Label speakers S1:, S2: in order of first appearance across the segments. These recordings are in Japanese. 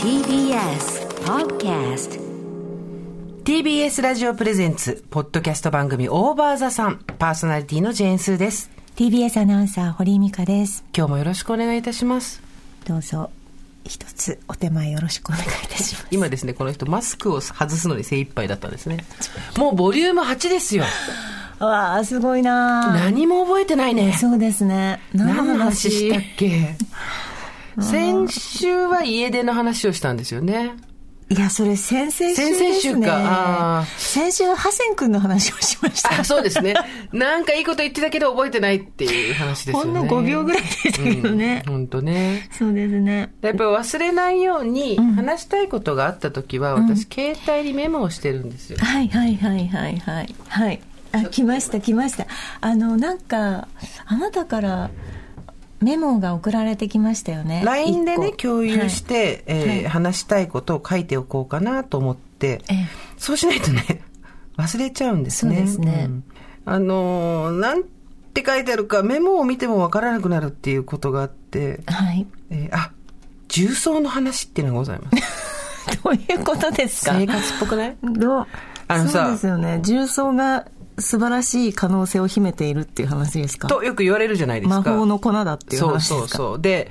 S1: TBS Podcast
S2: TBS ラジオプレゼンツ、ポッドキャスト番組オーバーザさん、パーソナリティのジェーンスーです。
S3: TBS アナウンサー堀井美香です
S2: 今日もよろしくお願いいたします。
S3: どうぞ一つお手前よろしくお願いいたします
S2: 今ですね、この人マスクを外すのに精一杯だったんですね。もうボリューム8ですよ。
S3: わあすごいな
S2: 何も覚えてないね。
S3: そうですね
S2: 何の話したっけ先週は家出の話をしたんですよね。
S3: いやそれ先々週ですね
S2: 先々週かあー
S3: 先週はハセン君の話をしました
S2: あ、そうですね。なんかいいこと言ってたけど覚えてないっていう話ですよ
S3: ほ
S2: ね。
S3: んの5秒ぐらいでしたけど
S2: 本
S3: ね、
S2: 当、ほんとね。
S3: そうですね
S2: やっぱり忘れないように話したいことがあった時は、私携帯にメモをしてるんですよ。
S3: はいはいはいはいはいはいあ来ました来ましたあのなんかあなたからメモが送られてきましたよね
S2: LINE で
S3: 一
S2: ね
S3: 個
S2: 共有して、えー
S3: はい
S2: 話したいことを書いておこうかなと思って、
S3: ええ
S2: そうしないとね 忘れちゃうんですね
S3: そうですね
S2: んあのーなんて書いてあるかメモを見てもわからなくなるっていうことがあって、
S3: はい
S2: えーあ重曹の話っていうのがございます
S3: どういうことですか
S2: 生活っぽく ない
S3: どう
S2: あのさ
S3: そうですよね重曹が素晴らしい可能性を秘めているっていう話ですか
S2: とよく言われるじゃないですか
S3: 魔法の粉だっていう
S2: そう
S3: 話ですか
S2: そうそうで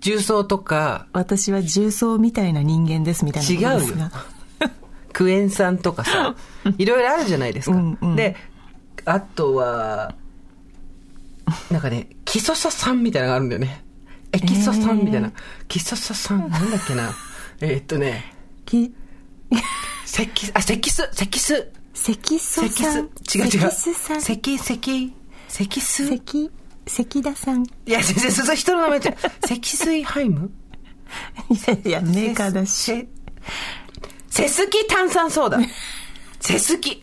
S2: 重曹とか
S3: 私は重曹みたいな人間ですみたいなことですが
S2: 違うよクエン酸とかさ いろいろあるじゃないですか、
S3: うんうん
S2: であとはなんかねキソサ酸みたいなのがあるんだよねエキソ酸みたいな、キソサ酸なんだっけ なえーっとね
S3: き
S2: セキあセキスセキス
S3: 関素
S2: セキ
S3: さ
S2: ス
S3: ん
S2: 違う違う
S3: 関素さん
S2: セキセキセキスい
S3: 関関田さん い
S2: や先生それ人の名前じゃんセキスイハイム
S3: やいやメーカーだし
S2: セセスキ炭酸ソーダ。セスキ。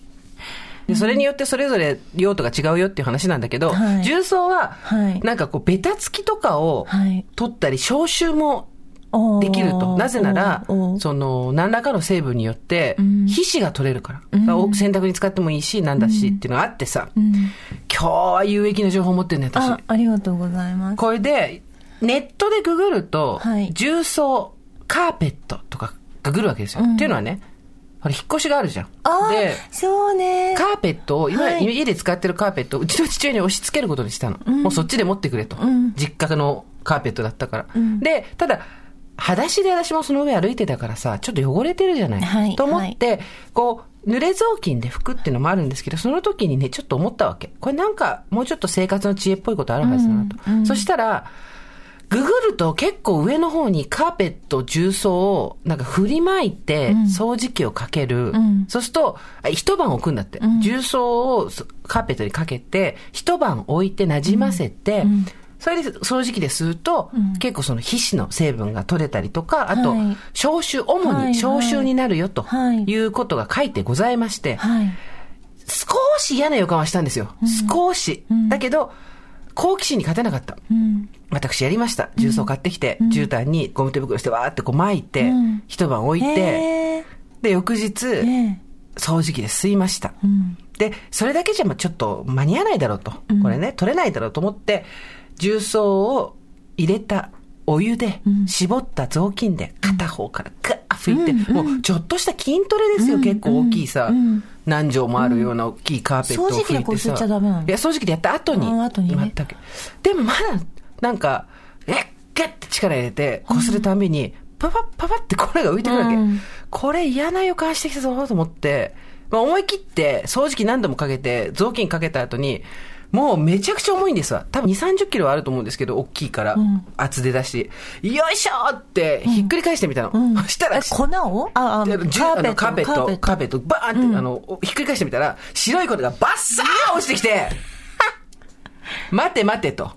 S2: でそれによってそれぞれ用途が違うよっていう話なんだけど、
S3: はい
S2: 重曹は
S3: はい、
S2: なんかこう、ベタつきとかを
S3: はい
S2: 取ったり、消臭も
S3: おー
S2: できると。なぜなら
S3: おーお、ー
S2: その、何らかの成分によって
S3: ん、
S2: 皮脂が取れるから。だからお洗濯に使ってもいいし、なんだしっていうのがあってさ、
S3: うん
S2: 今日は有益な情報持ってるね、私。
S3: あありがとうございます
S2: これで、ネットでググると、
S3: はい
S2: 重曹、カーペットとかググるわけですよ。
S3: うん
S2: っていうのはね、ほら、引っ越しがあるじゃん。
S3: ああ
S2: で、
S3: そうね
S2: カーペットを、今、
S3: はい
S2: 家で使ってるカーペットを、うちの父親に押し付けることにしたの。もうそっちで持ってくれと。
S3: ん
S2: 実家のカーペットだったから。
S3: ん
S2: で、ただ、裸足で私もその上歩いてたからさ、ちょっと汚れてるじゃない。
S3: はい
S2: と思って、こう、濡れ雑巾で拭くっていうのもあるんですけど、その時にね、ちょっと思ったわけ。これなんか、もうちょっと生活の知恵っぽいことあるはずだなと。
S3: うんうん
S2: そしたら、ググると結構上の方にカーペット重曹をなんか振りまいて掃除機をかける。
S3: ん
S2: そうすると、あ一晩置くんだって。重曹をそカーペットにかけて、一晩置いてなじませて、それで掃除機ですると、結構その皮脂の成分が取れたりとか、あと、
S3: はい
S2: 消臭、主
S3: は
S2: に
S3: い
S2: 消臭になるよと
S3: はい
S2: いうことが書いてございまして、
S3: はい
S2: 少し嫌な予感はしたんですよ。少し。だけど、好奇心に勝てなかった。
S3: うん
S2: 私やりました。重曹買ってきて、絨毯にゴム手袋してわーってこう巻いて、
S3: うん
S2: 一晩置いて、
S3: へ
S2: で、翌日、
S3: ーね
S2: 掃除機で吸いました。
S3: えうん
S2: で、それだけじゃまあちょっと間に合わないだろうと。これね、取れないだろうと思って、重曹を入れたお湯で、絞った雑巾で片方からガー拭いて、もうちょっとした筋トレですよ、結構大きいさ。何畳もあるような大きいカーペットを
S3: 掃除
S2: 拭
S3: 機で
S2: い
S3: こ
S2: て
S3: う吸
S2: さ。
S3: っちゃダメなの
S2: いや、掃除機でやった後に。
S3: うん後にね
S2: やったわけでもまだ、なんか、えっ、ガッって力入れて、こうするたんびに、パパッパパッって声が浮いてくるわけ。
S3: うん
S2: これ嫌な予感してきたぞと思って、まあ、思い切って掃除機何度もかけて、雑巾かけた後に、もうめちゃくちゃ重いんですわ。多分2、30キロはあると思うんですけど、大きいから、厚手だし、よいしょってひっくり返してみたの。
S3: うん
S2: そしたら、
S3: え粉をああ
S2: であのじゅあのカーペット、カー
S3: ペ
S2: ペット、バーンって、あの、おひっくり返してみたら、白いことがバッサー落ちてき て、待て待てと。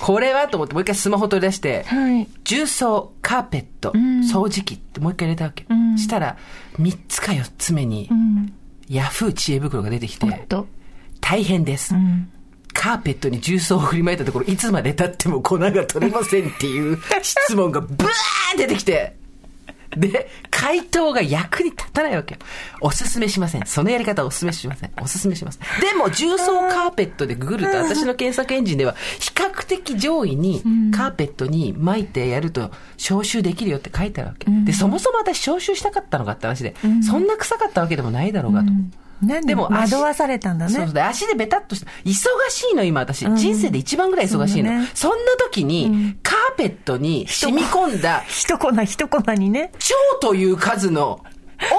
S2: これはと思って、もう一回スマホ取り出して、
S3: はい
S2: 重曹、カーペット、掃除機ってもう一回入れたわけ。したら、3つか4つ目に、ヤフー知恵袋が出てきて、
S3: と
S2: 大変です。カーペットに重曹を振りまいたところ、いつまで経っても粉が取れませんっていう質問がブワーン出てきて、で、回答が役に立たないわけよ。おすすめしません。そのやり方おすすめしません。おすすめします。でも、重曹カーペットでググると、私の検索エンジンでは、比較的上位に、カーペットに巻いてやると、消臭できるよって書いてあるわけ。で、そもそも私消臭したかったのかって話で、そんな臭かったわけでもないだろうがと。
S3: なんで
S2: で
S3: も
S2: も
S3: 惑わされたんだね。
S2: そうそうで足でベタっとした。忙しいの、今私。人生で一番ぐらい忙しいの。
S3: そ
S2: そ,、
S3: うね
S2: んな時に、カーペットに染み込んだ、
S3: 一コマ一コマにね。
S2: 腸という数の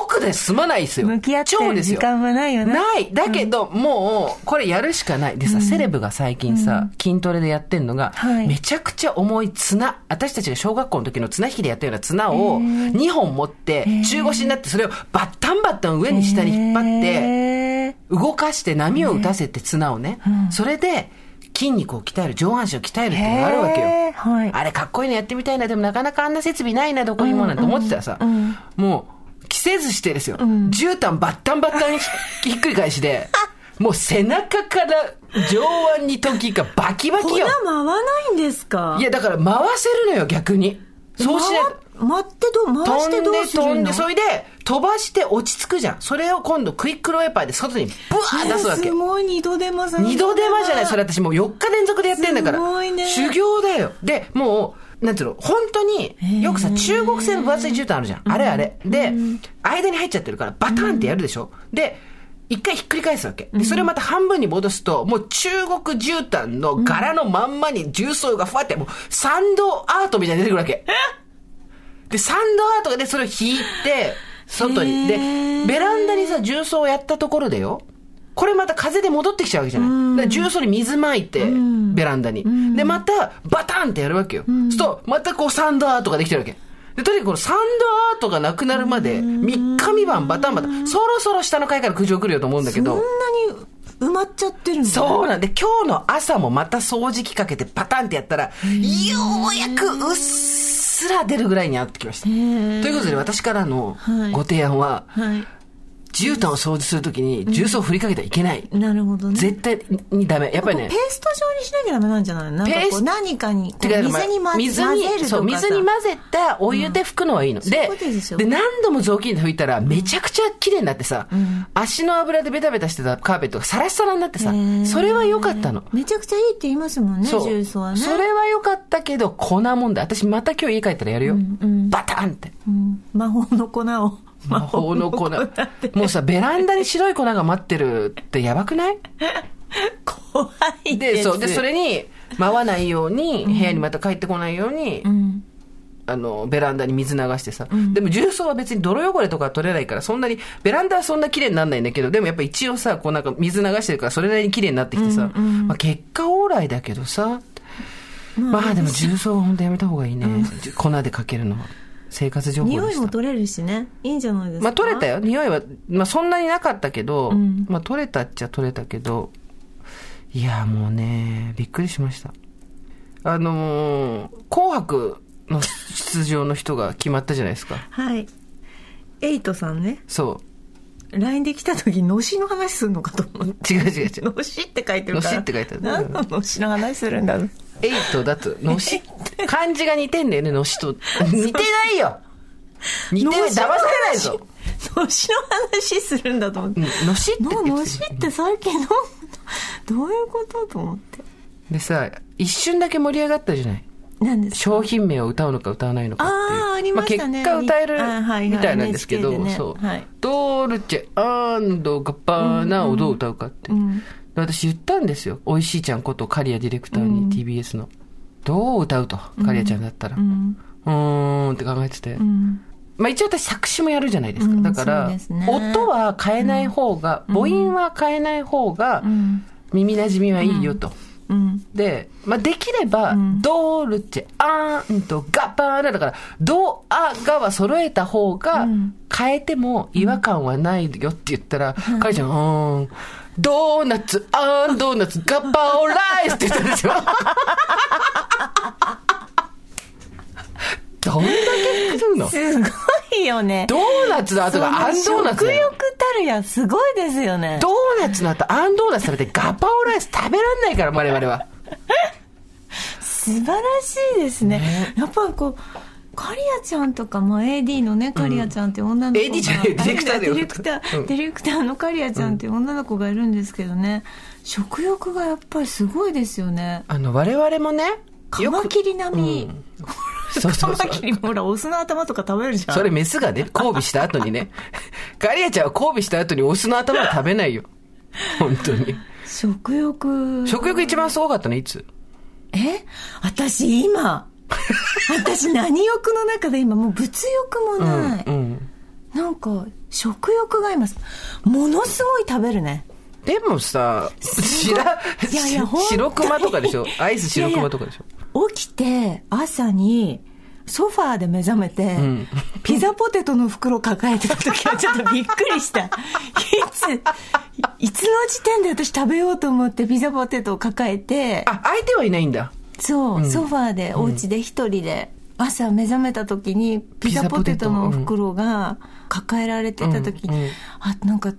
S2: 奥で済まないですよ。
S3: 向き合ってる
S2: 腸ですよ
S3: 時間はないよね
S2: ない。だけど、もう、これやるしかない。でさ、セレブが最近さ、筋トレでやってんのが、
S3: はい
S2: めちゃくちゃ重い綱、私たちが小学校の時の綱引きでやったような綱を2本持って、中腰になってそれをバッタンバッタン上に下に引っ張って、
S3: へー
S2: 動かして波を打たせて綱をね、それで筋肉を鍛える上半身を鍛えるっていうのがあるわけよ、
S3: へーはい
S2: あれかっこいいのやってみたいなでもなかなかあんな設備ないなどこにもなんて思ってたらさ、もう着せずしてですよ、絨毯バッタンバッタンにひひっくり返し でもう背中から上腕に時がバキバキ
S3: 粉
S2: よ
S3: 回わないんですか
S2: いやだから回せるのよ逆にそうしないと
S3: 回待ってどう、回して
S2: 飛ん
S3: どう
S2: です
S3: るの
S2: 飛んでそれで飛ばして落ち着くじゃんそれを今度クイックローエパーで外にブワーッ出すわけ、
S3: ねすごい二度手間さ
S2: 二度手間じゃない、それ私もう4日連続でやってんだから。
S3: すごいね
S2: 修行だよ。で、もう、なんていうの、本当に、よくさ、中国製の分厚い絨毯あるじゃん。あれあれ。で、間に入っちゃってるから、バタンってやるでしょ。で、一回ひっくり返すわけ。で、それをまた半分に戻すと、もう中国絨毯の柄のまんまに重曹がふわって、もうサンドアートみたいに出てくるわけ。で、サンドアートでそれを引いて、外に。で
S3: へ、ー
S2: ベランダにさ、重曹をやったところでよ、これまた風で戻ってきちゃうわけじゃない。だから重曹に水まいて、ベランダに。で、また、バタンってやるわけよ。そうすると、またこうサンドアートができてるわけ。で、とにかくこのサンドアートがなくなるまで、3日三晩バタンバタン、そろそろ下の階から苦情来るよと思うんだけ
S3: そんな
S2: ど。
S3: に埋まっちゃってるの
S2: そうなんで、今日の朝もまた掃除機かけてパタンってやったら、ようやくうっすら出るぐらいになってきました。ということで、私からの
S3: はい
S2: ご提案は、
S3: は
S2: 絨毯を掃除するときに重曹を振りかけてはいけない。
S3: い。なるほどね。
S2: 絶対にダメ。やっぱり
S3: ペ
S2: ね
S3: ー、スト状にしなきゃダメなんじゃないのなんか
S2: ペー
S3: こう
S2: ス
S3: 何かにこう
S2: てかだから
S3: 水に混ぜ
S2: 水
S3: 混
S2: に
S3: ぜるとかさ
S2: そう、水に混ぜたお湯で拭くのはいいの。
S3: そういうことですよ
S2: で、何度も雑巾で拭いたら、めちゃくちゃ綺麗になってさ、足の油でベタベタしてたカーペットがサラッサラになってさ
S3: へー、
S2: それは良かったの。
S3: めちゃくちゃいいって言いますもんね、
S2: そう
S3: 重曹はね。
S2: それは良かったけど、粉もんだ。私また今日家帰ったらやるよ。バタンって。
S3: うん魔法の粉を。
S2: 魔法の粉。
S3: って
S2: もうさ、ベランダに白い粉が待ってるってやばくない
S3: 怖いです。
S2: で、そう。で、それに、回わないように、部屋にまた帰ってこないように、あの、ベランダに水流してさ。でも、重曹は別に泥汚れとかは取れないから、そんなに、ベランダはそんな綺麗にならないんだけど、でもやっぱ一応さ、こうなんか水流してるから、それなりに綺麗になってきてさ、まあ結果オーライだけどさ、まあでも重曹は本当やめた方がいいね。粉でかけるのは。生活情報でした。
S3: 匂いも取れるしね。いいんじゃないですか。
S2: まあ取れた
S3: よ。
S2: よ。匂いは、まあそんなになかったけど、
S3: ん
S2: まあ取れたっちゃ取れたけど、いやもうね、びっくりしました。あのー紅白の出場の人が決まったじゃないですか。
S3: はい。エイトさんね、
S2: そ
S3: LINE で来た時、のしの話するのかと思っ
S2: う。違う違う違
S3: て。
S2: う。
S3: のしって書いてるから。
S2: のしって書いてある
S3: 何ののしの話するんだろう。
S2: エイトだと、のし、漢字が似てんだよね、のしと。似てないよ似てない、騙されないぞ
S3: のしの話するんだと思って。
S2: うんのしって言
S3: の
S2: ってた
S3: のしって最近の、どういうことと思って。
S2: でさ、一瞬だけ盛り上がったじゃない
S3: 何ですか
S2: 商品名を歌うのか歌わないのかっていう
S3: あーありましたね
S2: あ、結果歌え
S3: あはいはい
S2: るみたいなんですけど、
S3: NHK でね
S2: そう、
S3: はい
S2: ドルチェガッパーナをどう歌うかって、で私言ったんですよおいしいちゃんことカリアディレクターに TBS の、どう歌うとカリアちゃんだったらうんーんって考えてて、まあ一応私作詞もやるじゃないですか。
S3: うん
S2: だから、
S3: そうですね
S2: 音は変えない方が、母音は変えない方が、耳馴染みはいいよと。
S3: うん。
S2: で、まあ、できれば、ドールチェ、アーンとガパーナだから、ド、ア、ガは揃えた方が、変えても違和感はないよって言ったら、カリちゃん、うーん、ドーナツ、アーンドーナツ、ガパオライスって言ったんですよ。どんだけ来るの
S3: すごいよね。
S2: ドーナツの後がアンドーナツ
S3: 食
S2: だ
S3: 欲
S2: よ。
S3: たるや、すごいですよね。
S2: ドーナツの後、アンドーナツ食べてガパオライス食べらんないから、我々は。
S3: 素晴らしいですね。やっぱりこう、カリアちゃんとか、まあ、AD のねカリアちゃんって女の子が、
S2: AD じゃないディレクターだよ
S3: あディレクター、
S2: うん
S3: ディレクターのカリアちゃんって女の子がいるんですけどね、食欲がやっぱりすごいですよね
S2: あの我々もね
S3: カ
S2: よ
S3: マ
S2: く
S3: キ リ並み、
S2: そう
S3: カ
S2: そう
S3: マ
S2: そう
S3: キリもほらオスの頭とか食べるじゃ ん
S2: それメスがね交尾した後にね カリアちゃんは交尾した後にオスの頭は食べないよ本当に
S3: 食欲
S2: 食欲一番すごかったのいつ
S3: え私今私何欲の中で今もう物欲もない、
S2: うんうん
S3: なんか食欲が今ものすごい食べるね
S2: でもさ白
S3: いやいや本当に
S2: 白熊とかでしょアイス白熊とかでしょ
S3: 起きて朝にソファーで目覚めて、
S2: ん
S3: ピザポテトの袋抱えてた時はちょっとびっくりしたいついいつの時点で私食べようと思ってピザポテトを抱えて
S2: あ相手はいないんだ
S3: そう、ソファーでお家で一人で、朝目覚めた時にピザポテトの袋が抱えられてた時
S2: うんうん
S3: あなんか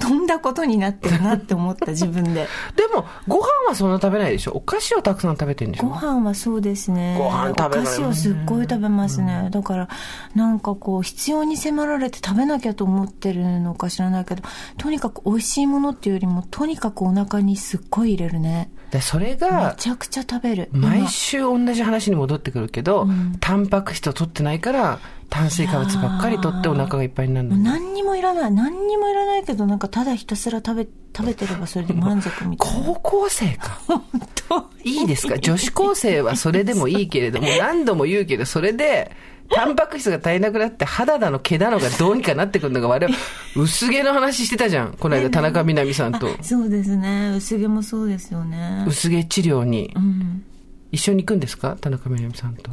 S3: 飛んだことになってるなって 思った自分で
S2: でもご飯はそんな食べないでしょお菓子をたくさん食べてるんでし
S3: ご
S2: ょ
S3: 飯はそうですね
S2: ご飯食べない
S3: お菓子をすっごい食べますね、だからなんかこう必要に迫られて食べなきゃと思ってるのか知らないけどとにかく美味しいものっていうよりもとにかくお腹にすっごい入れるね
S2: でそれ
S3: め
S2: が
S3: ちゃくちゃ食べる
S2: 毎週同じ話に戻ってくるけど、タンパク質を取ってないから炭水化物ばっかり取ってお腹がいっぱいになる
S3: もう
S2: の
S3: 何にもいらない何にもいらないけどなんかただひたすら食べ食べてればそれで満足みたいな
S2: 高校生か
S3: 本当
S2: いいですか女子高生はそれでもいいけれども、何度も言うけど、それで、タンパク質が足りなくなって肌だの毛だのがどうにかなってくるのが我々、薄毛の話してたじゃん。この間田中みな実さ んと。
S3: そうですね薄毛もそうですよね
S2: 薄毛治療に
S3: う。ん
S2: 一緒に行くんですか田中みな実さんと。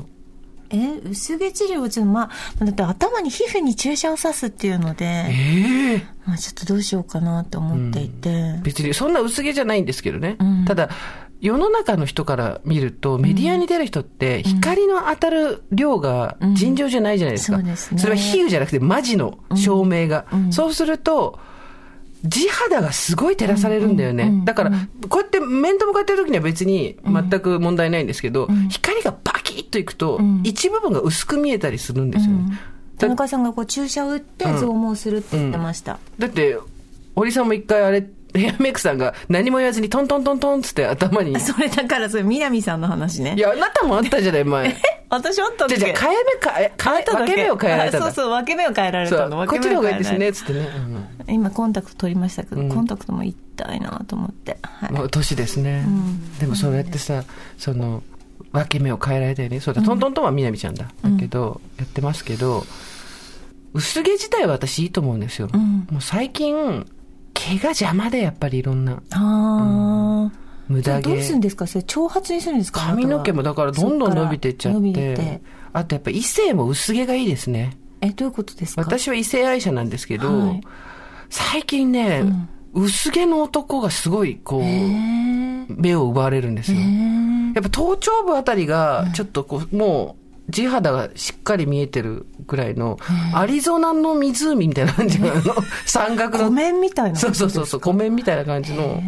S3: え薄毛治療はちょっとまあだって頭に皮膚に注射を刺すっていうの
S2: え
S3: で、
S2: え
S3: まあ、ちょっとどうしようかなと思っていて、
S2: 別にそんな薄毛じゃないんですけどね、
S3: うん
S2: ただ世の中の人から見るとメディアに出る人って光の当たる量が尋常じゃないじゃないですか、
S3: うんそうですね
S2: れは比喩じゃなくてマジの照明が、
S3: うん
S2: そうすると地肌がすごい照らされるんだよね、
S3: うんうんうん
S2: だからこうやって面と向かってる時には別に全く問題ないんですけど、光がバキッといくと
S3: ん
S2: 一部分が薄く見えたりするんですよね、
S3: 田中さんがこう注射を打って増毛するって言ってました、
S2: だって、堀さんも一回あれ、ヘアメイクさんが何も言わずにトントントントンっつって頭に。い
S3: それだからそれ南さんの話ね
S2: や、あなたもあったじゃない、 前。
S3: 私あったん
S2: じ
S3: だ
S2: ゃじゃ
S3: け
S2: 変え目かえ、変え、分け目を変えられたんだ。
S3: そうそう分け目を変えられたの
S2: そうこ
S3: 分
S2: っ
S3: け
S2: ち
S3: 目
S2: の
S3: を
S2: 方がいい
S3: 変えら
S2: で
S3: れ
S2: す
S3: た
S2: ね、つってね。うん
S3: 今コンタクト取りましたけど、コンタクトも行きたいなと思って、はい
S2: もう年ですね。でもそうやってさ、その、分け目を変えられたよね。そうだ、トントントンはみなみちゃんだ。だけど、やってますけど、薄毛自体は私いいと思うんですよ。
S3: ん
S2: もう最近、毛が邪魔でやっぱりいろんな、
S3: あ
S2: 無
S3: あ、
S2: 駄毛。
S3: どうするんですかそれ長髪にするんですか
S2: 髪の毛もだからどんどん伸びてっちゃ
S3: そ
S2: っ
S3: から伸び
S2: てあとやっぱ異性も薄毛がいいですね
S3: えどういうことですか
S2: 私は異性愛者なんですけど、
S3: はい
S2: 最近ね、薄毛の男がすごいこう、
S3: へー
S2: 目を奪われるんですよ、
S3: へー
S2: やっぱ頭頂部あたりがちょっとこう、もう地肌がしっかり見えてるぐらいの、アリゾナの湖みたいな感じ の、あの山岳
S3: 湖
S2: の
S3: 面みたいな
S2: そうそうそうそう湖面みたいな感じの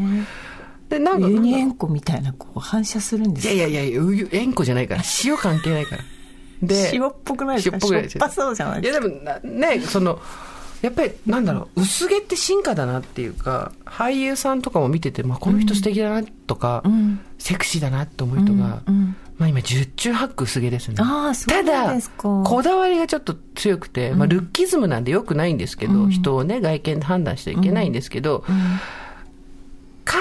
S2: でなんか
S3: ユニ塩湖みたいなこう反射するんで
S2: い
S3: す
S2: やいやいや、う塩湖じゃないから、塩関係ないから。で、
S3: 塩っぽくないですか
S2: 塩っぽくない
S3: しょっぱそうじゃない
S2: い
S3: で
S2: や
S3: す
S2: でもな、ね、その、やっぱり、なんだろう、薄毛って進化だなっていうか、俳優さんとかも見てて、まあ、この人素敵だなとか、
S3: ん
S2: セクシーだなって思う人が、
S3: うんうん
S2: まあ今、十中八九薄毛ですね。
S3: ああそう
S2: た
S3: なん
S2: だ
S3: ですか、
S2: こだわりがちょっと強くて、まあ、ルッキズムなんでよくないんですけど、人をね、外見で判断しちゃいけないんですけど、完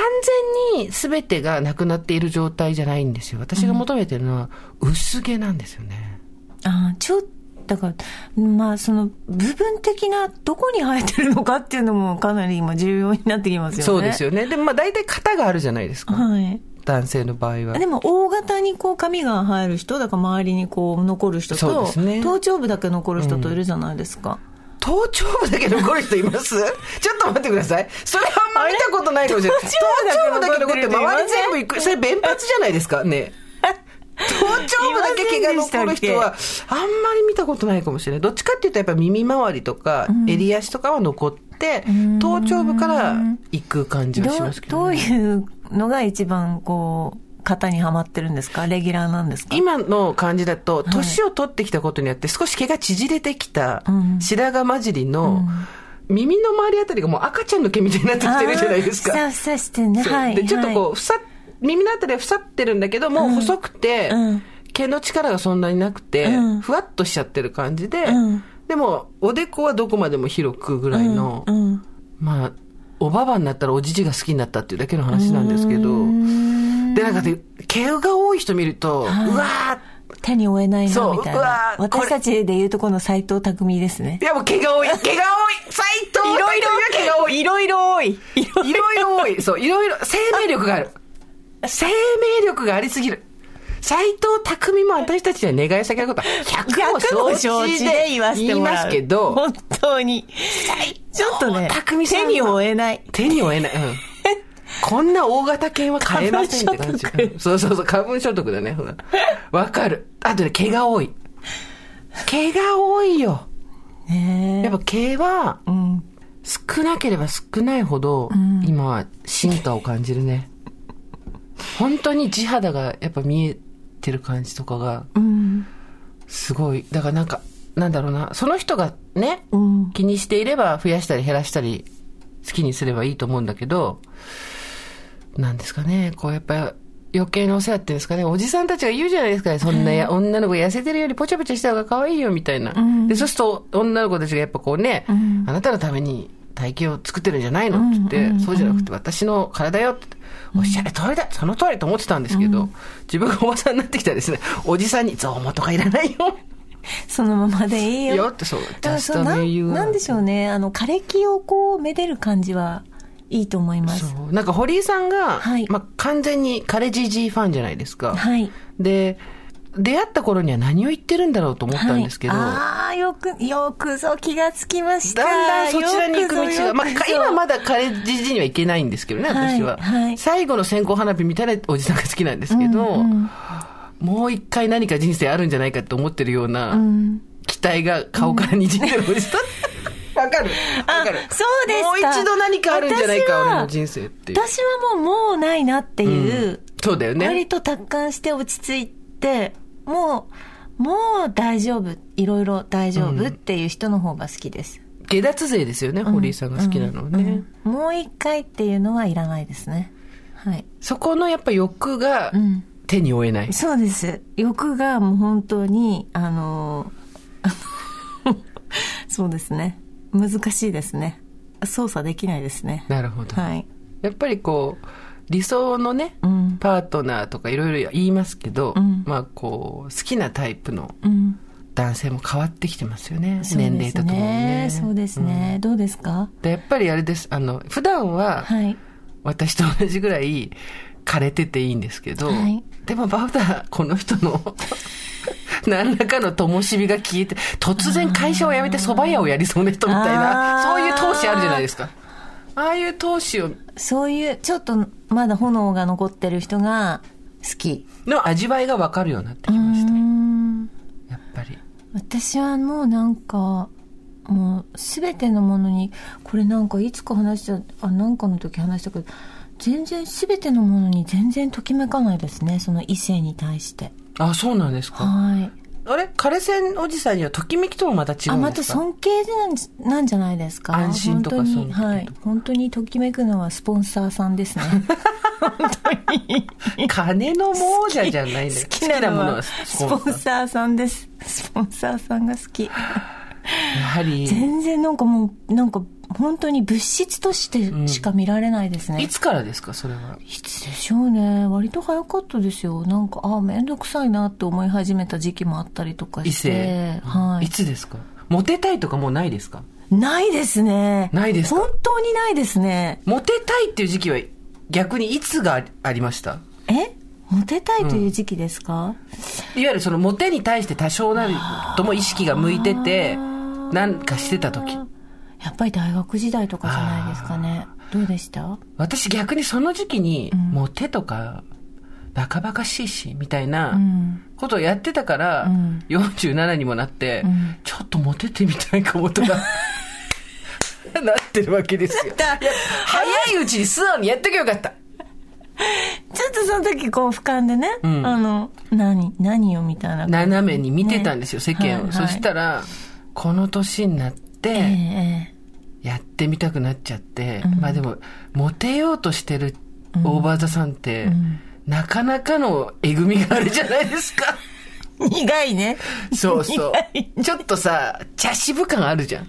S2: 全に全てがなくなっている状態じゃないんですよ。私が求めてるのは、薄毛なんですよね。
S3: ああちょっとだからまあその部分的などこに生えてるのかっていうのもかなり今重要になってきますよね
S2: そうです
S3: よ
S2: よね。でも、まあ、大体型があるじゃないですか。
S3: はい
S2: 男性の場合は。
S3: でも大型にこう髪が生える人だから周りにこう残る人
S2: そう
S3: と、
S2: ですね
S3: 頭頂部だけ残る人といるじゃないですか、
S2: 頭頂部だけ残る人います ちょっと待ってください。それあんま見たことないかもしれない。頭頂部だけ残って、周り全部行く。それ、弁髪じゃないですかね。頭頂部だけ毛が残る人は、あんまり見たことないかもしれない。どっちかっていうと、やっぱ耳周りとか、襟足とかは残って、頭頂部から行く感じはし
S3: ど
S2: ま
S3: う
S2: すけ
S3: ど
S2: ど
S3: う
S2: ね。
S3: いうのが一番こう型にはまってるんですかレギュラーなんですか
S2: 今の感じだと、年を取ってきたことによって、少し毛が縮れてきた
S3: うん
S2: 白髪混じりの、耳の周りあたりがもう赤ちゃんの毛みたいになってきてるじゃないですか
S3: あ。ーふさふさしてね。
S2: そう
S3: はい。
S2: で、ちょっとこう、
S3: は
S2: ふさ、耳のあたりはふさってるんだけど、もう細くて、
S3: うん
S2: 毛の力がそんなになくて、
S3: うん
S2: ふわっとしちゃってる感じで、
S3: うん
S2: でも、おでこはどこまでも広くぐら
S3: い
S2: いの、
S3: うんうん
S2: まあ、おばばになったらおじじが好きになったっていうだけの話なんですけど、で、なんかで、毛が多い人見ると、うわー
S3: 手に負えないな、
S2: そう
S3: みたいう
S2: わ
S3: な。
S2: ーこれ
S3: 私たちで言うとこの斎藤匠ですね。
S2: いやもう毛が多い毛が多い斎藤
S3: いろいろ
S2: 匠が毛が多い
S3: いろいろ多い。
S2: いろいろ多い。そう、いろいろ、生命力がある。生命力がありすぎる。斎藤匠も私たちには願い下げることは100を
S3: 100の
S2: 承
S3: 承
S2: 知
S3: 知
S2: で
S3: で
S2: 言い
S3: 言
S2: ま
S3: わせてもら
S2: す
S3: う。
S2: けど、
S3: 本当に。ちょっとね、
S2: 匠さんは
S3: 手に負えない。
S2: 手に負えない。うんこんな大型犬は買えませんって感 じ
S3: 過分所。
S2: そうそうそう、花粉所得だね。うんわかる。あとね、毛が多い。毛が多いよ。
S3: ねえ
S2: やっぱ毛は
S3: うん。
S2: 少なければ少ないほど、今は進化を感じるね。 本当に地肌がやっぱ見えてる感じとかが、
S3: うん。
S2: すごい。だからなんか、なんだろうな、その人がね、
S3: うん。
S2: 気にしていれば増やしたり減らしたり、好きにすればいいと思うんだけど、なんですかね、こうやっぱ、余計なお世話っていうんですかね、おじさんたちが言うじゃないですか、そんなや、女の子痩せてるよりぽちゃぽちゃした方が可愛いよみたいな。
S3: ん
S2: で、そうすると女の子たちがやっぱこうね、
S3: ん
S2: あなたのために体型を作ってるんじゃないのって言って、そうじゃなくて私の体よって、おっしゃる通りだ、その通りと思ってたんですけど、自分がおばさんになってきたらですね、おじさんにゾウモとかいらないよ。
S3: そのままでいいよ。
S2: よってそう、
S3: だからそうなんなんでしょうね。あの、枯れ木をこう、めでる感じはいいと思います。
S2: そうなんか堀井さんが、
S3: はい
S2: まあ、完全にカレジジーファンじゃないですか。
S3: はい。
S2: で、出会った頃には何を言ってるんだろうと思ったんですけど、
S3: はい、ああ、よく、よくぞ気がつきました。
S2: だんだんそちらに行く道が、まあ、今ま
S3: だ。
S2: だカレジジーには行けないんですけどね、
S3: はい
S2: 私は。
S3: はい
S2: 最後の線香花火みたいなおじさんが好きなんですけど、もう一回何か人生あるんじゃないかって思ってるような、
S3: ん
S2: 期待が顔からにじんでるおじさん。わ、かるわかる。
S3: あそうですか
S2: もう一度何かあるんじゃない
S3: 私
S2: か、
S3: は
S2: 俺の人生っていう。
S3: 私はもう、もうないなっていう、
S2: そうだよね。
S3: 割と達観して落ち着いて、もう、もう大丈夫、いろいろ大丈夫っていう人の方が好きです。
S2: 下脱税ですよね、堀井さんが好きなのはね、
S3: うんもう一回っていうのはいらないですね。はい。
S2: そこのやっぱ欲が
S3: ん
S2: 手に負えない、
S3: そうです。欲がもう本当に、あの、 そうですね。難しいですね。操作できないですね。
S2: なるほど、
S3: はい。
S2: やっぱりこう理想のね、
S3: うん
S2: パートナーとかいろいろ言いますけど、
S3: ん
S2: まあこう好きなタイプの
S3: うん。
S2: 男性も変わってきてますよね、
S3: そうですね
S2: 年齢とともにね
S3: そうですね。どうですか
S2: でやっぱりあれですあの普段は
S3: はい。
S2: 私と同じぐらい枯れてていいんですけど、
S3: はい
S2: でもバウダーこの人の 何らかの灯火が消えて突然会社を辞めて蕎麦屋をやりそうな人みたいな
S3: あー
S2: そういう闘志あるじゃないですかああいう闘志を
S3: そういう、ちょっとまだ炎が残ってる人が好き。
S2: の味わいが分かるようになってきましたやっぱり
S3: 私はもうなんかもう全てのものにこれなんかいつか話したあなんかの時話したけど全然全てのものに全然ときめかないですねその異性に対して
S2: あそうなんですか
S3: はい
S2: あれ枯線おじさんにはときめきともまた違
S3: あ
S2: うん
S3: ま
S2: で
S3: た
S2: すか
S3: 尊敬なんじなんじゃないですか
S2: 安心とか
S3: 本当
S2: 尊
S3: に
S2: 敬とか
S3: はい本当にときめくのはスポンサーさんですね
S2: 金の亡者じゃないんだよ
S3: 好きなのはス
S2: ス
S3: ポ
S2: ポ
S3: ン
S2: ンサー
S3: サーさんですスポンサーさんが好き
S2: やはり
S3: 全然なんかもうなんか本当に物質としてしか見られないですね、
S2: いつからですかそれはい
S3: つでしょうね割と早かったですよなんかああ面倒くさいなって思い始めた時期もあったりとか
S2: 異
S3: して
S2: 性、
S3: はい
S2: いつですかモテたいとかもうないですか
S3: ないですね
S2: ないですか
S3: 本当にないですね
S2: モテたいっていう時期は逆にいつがありありましたいわ
S3: えモテたいという時期ですか、
S2: ゆるそのモテに対して多少なりとも意識が向いててなんかしてた時
S3: やっぱり大学時代とかじゃないですかねどうでした
S2: 私逆にその時期にモテとかバカバカしいしみたいな
S3: うん
S2: ことをやってたから、
S3: ん
S2: 47にもなって、
S3: ん
S2: ちょっとモテてみたいかもとかなってるわけですよいや早いうちに素直にやっときゃよかった
S3: ちょっとその時こう俯瞰でね、
S2: ん
S3: あの、何、何よみたいな。
S2: 斜めに見てたんですよ、世間を、
S3: はいはい
S2: そしたらこの年になっ
S3: ええ
S2: て
S3: え
S2: やってみたくなっちゃって、
S3: うん
S2: まあでもモテようとしてるオーバーザさんって、
S3: ん
S2: なかなかのえぐみがあるじゃないです か
S3: え苦いね。
S2: そうそう ちょっとさ茶渋感あるじゃん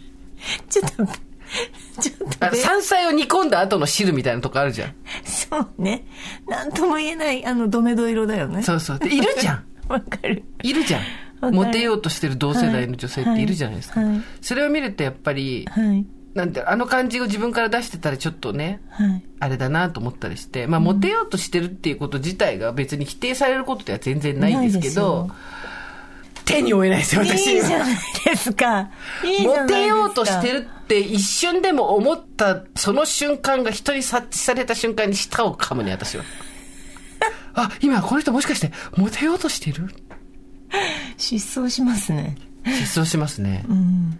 S3: ちょっと、 ちょっ
S2: あ
S3: と
S2: の
S3: べ、
S2: 山菜を煮込んだ後の汁みたいなとこあるじゃん
S3: そうね。なんとも言えない、あの、ドメド色だよね。
S2: そうそうでいるじ ゃん
S3: わかる。
S2: いるじゃ
S3: か
S2: ん
S3: る
S2: モテようとしてる同世代の女性っているじゃないですか、
S3: はいはい
S2: それを見るとやっぱり
S3: はい。
S2: なんてあの感じを自分から出してたらちょっとね
S3: はい。
S2: あれだなと思ったりして、まあ、モテようとしてるっていうこと自体が別に否定されることでは全然ないんですけど
S3: な
S2: 手に負えないですよ
S3: い
S2: 私
S3: いじゃないですか。いいじゃな いですか。
S2: モテようとして
S3: る。
S2: るって一瞬でも思ったその瞬間が人に察知された瞬間に舌を噛むね 私はあ今この人もしかしてモテようとしてる
S3: 失踪しますね。
S2: 失踪しますね
S3: うん。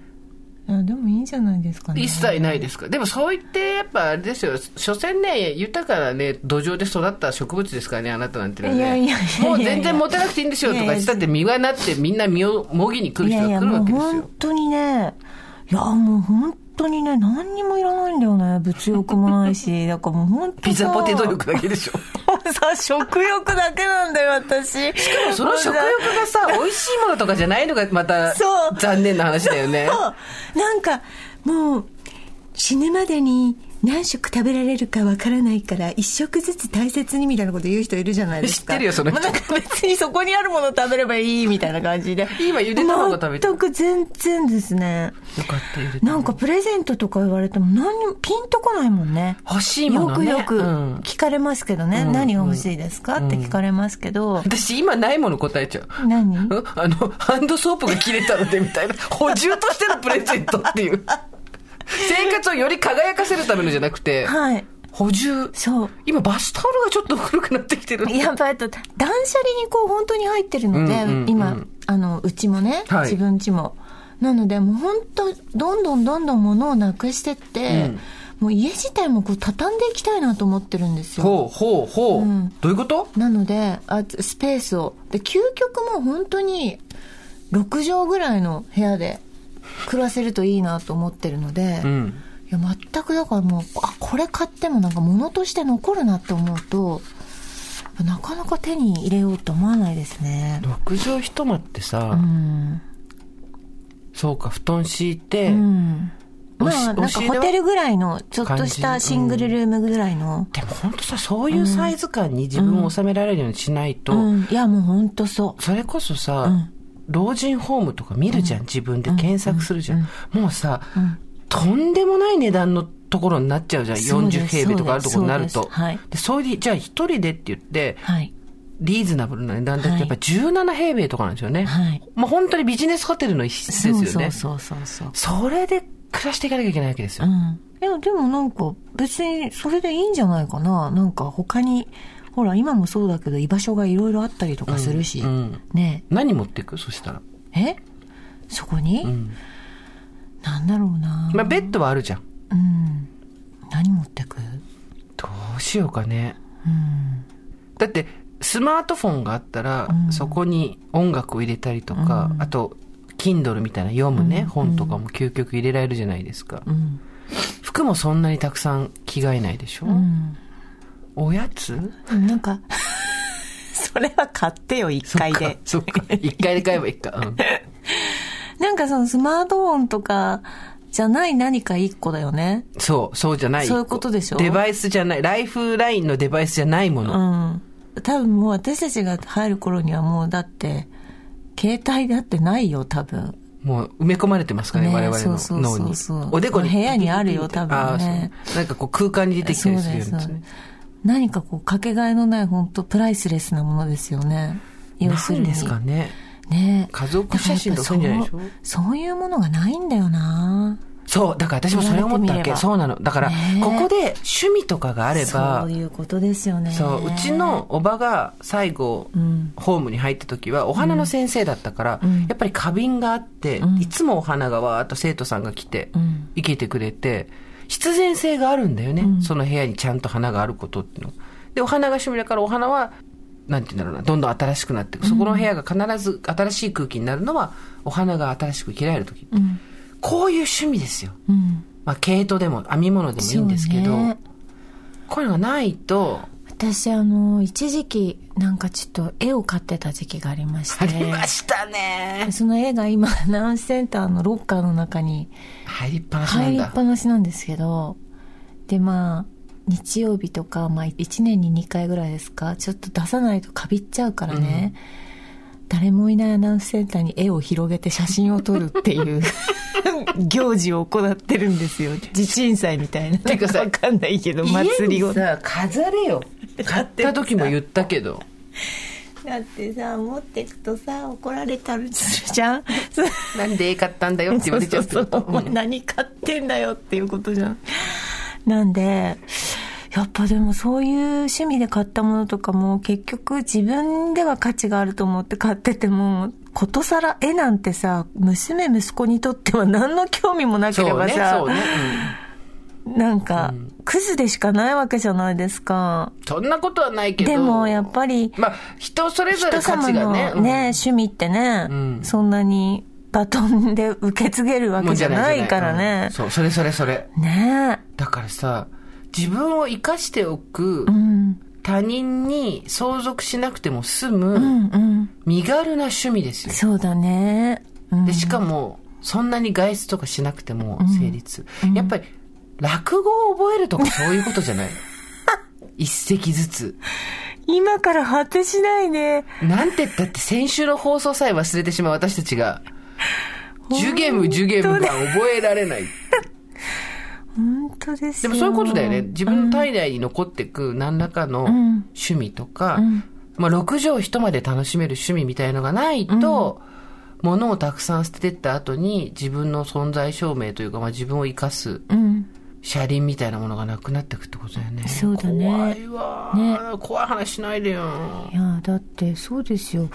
S3: いや、でもいいんじゃないですかね。
S2: 一切ないですかでもそう言ってやっぱあれですよ所詮ね豊かなね土壌で育った植物ですからねあなたなんてのはね
S3: いやいやいやいや
S2: もう全然モテなくていいんですよとか言ってたって実がなってみんな実をもぎに来る
S3: い
S2: 人
S3: や
S2: が
S3: いや、
S2: 来る
S3: も
S2: わ
S3: う
S2: けです
S3: 本
S2: よ
S3: 当にね、いや、もう本当にね、何にもいらないんだよね。物欲もな いし、だからもう本当
S2: ピザポテト
S3: 力
S2: 力だけでしょ
S3: さ、食欲だけなんだよ、私。しか
S2: その食欲がさ美味しいものとかじゃないのがまた
S3: そう
S2: 残念な話だよね
S3: そうなんか、もう、死ぬまでに何食食べられるかわからないから、一食ずつ大切にみたいなこと言う人いるじゃないですか。
S2: 知ってるよその人
S3: もうなんか別にそこにあるもの食べればいいみたいな感じで。
S2: 今ゆで卵食べてる
S3: 全く全然ですね。
S2: よかったゆで
S3: な
S2: 卵
S3: んかプレゼントとか言われても何にもピンとこないもんね。
S2: 欲しいも
S3: よ
S2: の
S3: く
S2: ね
S3: よく
S2: うん
S3: 聞かれますけどね。
S2: うん
S3: 何が欲しいですか、って聞かれますけど。
S2: 私今ないもの答えちゃう
S3: 何
S2: んあのハンドソープが切れたのでみたいな補充としてのプレゼントっていう生活をより輝かせるためのじゃなくて、
S3: はい。
S2: 補充
S3: そう。
S2: 今バスタオルがちょっと古くなってきてる
S3: やっぱあと断捨離にこう本当に入ってるので、
S2: うんうんうん
S3: 今あのうちもね、
S2: はい
S3: 自分ちもなのでもう本当どんどんどんどん物をなくしてって、
S2: うん
S3: もう家自体もこう畳んでいきたいなと思ってるんですよ
S2: ほうほうほう、
S3: うん
S2: どういうこと
S3: なのであスペースをで究極もう本当に6畳ぐらいの部屋で暮らせるといいなと思ってるので、
S2: うん
S3: いや全くだからもうあこれ買ってもなんか物として残るなって思うとなかなか手に入れようと思わないですね
S2: 6畳一間ってさ、
S3: うん、
S2: そうか布団敷いて、
S3: うん、ま
S2: おし
S3: あなん
S2: お
S3: か
S2: 尻
S3: ホ
S2: は
S3: テルぐらいのちょっとし
S2: 感
S3: た
S2: じ
S3: シングルルームぐらいの、
S2: でも本当さそういうサイズ感に自分を収められるようにしないと、
S3: うん、いやもうほんとそ
S2: それこそさ、
S3: うん
S2: 老人ホームとか見るじゃん、自分で検索するじゃん、もうさ、とんでもない値段のところになっちゃうじゃん
S3: そうです
S2: 40平米とかあるところになる
S3: そう
S2: と
S3: ですはい
S2: でそれでじゃあ一人でって言って
S3: うはい
S2: リーズナブルな値段だって
S3: はい
S2: やっぱ17平米とかなんですよね、
S3: はい
S2: もう本当にビジネスホテルの一室ですよね
S3: そうそうそうそう
S2: それで暮らしていかなきゃいけないわけです
S3: う
S2: よ、
S3: んいやでもなんか別にそれでいいんじゃないかななんか他にほら今もそうだけど居場所がいろいろあったりとかするし、
S2: うん
S3: ねえ
S2: 何持っていくそしたら、
S3: えそこに、
S2: うん
S3: なんだろうな、
S2: まあ、ベッドはあるじゃん
S3: うん何持ってく
S2: どうしようかね、だってスマートフォンがあったら、そこに音楽を入れたりとか、あと Kindle みたいな読むね、本とかも究極入れられるじゃないですか、
S3: ん
S2: 服もそんなにたくさん着替えないでしょ、
S3: うん
S2: おやつ
S3: なんか それは買ってよ1回で
S2: そっか一回で買えばいいか、うん
S3: なんかそのスマートフォンとかじゃない何か1個だよね
S2: そうそうじゃない
S3: そういうことでしょ
S2: デバイスじゃないライフラインのデバイスじゃないも
S3: う
S2: の、
S3: ん多分もう私たちが入る頃にはもうだって携帯だってないよ多分
S2: もう埋め込まれてますからね
S3: ね
S2: 我々
S3: そうそう
S2: の脳
S3: そ
S2: に
S3: うそう
S2: おでこに
S3: 部屋にあるよ多分ね
S2: あーそうなんかこう空間に出てきたりするようにですね
S3: 何かこうかけがえのない本当プライスレスなものですよね要する
S2: なん
S3: に
S2: ですかね
S3: ね
S2: 家族写真とかそういうんじゃないでしょ
S3: だからやっぱそうそういうものがないんだよな
S2: そうだから私もそれ思ったわ
S3: 言われて
S2: け
S3: みれば
S2: そうなのだから、
S3: ねえ
S2: ここで趣味とかがあれば
S3: そういうことですよね
S2: そううちのおばが最後、
S3: ん
S2: ホームに入った時はお花の先生だったから、
S3: ん
S2: やっぱり花瓶があって、
S3: ん
S2: いつもお花がわーっと生徒さんが来て、
S3: うん
S2: 生けてくれて必然性があるんだよね、
S3: ん
S2: その部屋にちゃんと花があることっていうのでお花が趣味だからお花はなんて言うんだろうなどんどん新しくなっていくそこの部屋が必ず新しい空気になるのはお花が新しく切られる時、
S3: ん
S2: こういう趣味ですよ、
S3: うん
S2: まあ、毛糸でも編み物でもいいんですけど、
S3: そうね
S2: こういうのがないと
S3: 私あの一時期なんかちょっと絵を飼ってた時期がありまし
S2: あ
S3: て
S2: りましたね
S3: その絵が今ナウンセンターのロッカーの中に
S2: 入りっぱなしな
S3: 入
S2: ん
S3: り
S2: だ
S3: っぱなしなんですけどでまあ日曜日とか、まあ、1年に2回ぐらいですかちょっと出さないとかびっちゃうからね、誰もいないアナウンスセンターに絵を広げて写真を撮るっていう 行事を行ってるんですよ地鎮祭みたいな
S2: てかさ
S3: なんかわかんないけど祭りを
S2: 家にさ飾れよ買った時も言ったけど
S3: だってさ持ってくとさ怒られたりするじ ゃん
S2: なんで買ったんだよって言われちゃうけ
S3: そう
S2: ど
S3: そうそうお前何買ってんだよっていうことじゃんなんでやっぱでもそういう趣味で買ったものとかも結局自分では価値があると思って買っててもことさら絵なんてさ娘息子にとっては何の興味もなけれ
S2: そう
S3: ば
S2: ね
S3: さ、
S2: そうね、
S3: なんか、クズでしかないわけじゃないですか
S2: うん、そんなことはないけど
S3: でもやっぱり
S2: まあ人それぞれ
S3: 人
S2: 価
S3: 様
S2: 値が
S3: の
S2: ね
S3: ね、趣味ってね、
S2: うん
S3: そんなにバトンで受け継げる
S2: う
S3: わ
S2: んも
S3: け
S2: う
S3: じゃないからね
S2: うん。そうそれそれそれ
S3: ね
S2: だからさ自分を生かしておく
S3: え。うん。
S2: 他人に相続しなくても済
S3: う
S2: む
S3: んうん。
S2: 身軽な趣味ですよ
S3: そうだね。うん、
S2: でしかもそんなに外出とかしなくても成立、やっぱり落語を覚えるとかそういうことじゃない 一席ずつ
S3: 今から果てしないね。
S2: なんて言ったって先週の放送さえ忘れてしまう私たちがジュゲームジュゲームが覚えられない
S3: 本当です
S2: で
S3: よ
S2: もそういうことだよね自分の体内に残ってく何らかの趣味とか、まあ、6畳一まで楽しめる趣味みたいのがないと、物をたくさん捨ててった後に自分の存在証明というか、まあ、自分を生かす
S3: うん。
S2: 車輪みたいなものがなくなってくってことだよね
S3: そうだね
S2: 怖いわ、
S3: ね
S2: 怖い話しないでよ
S3: いや、だってそうですよ。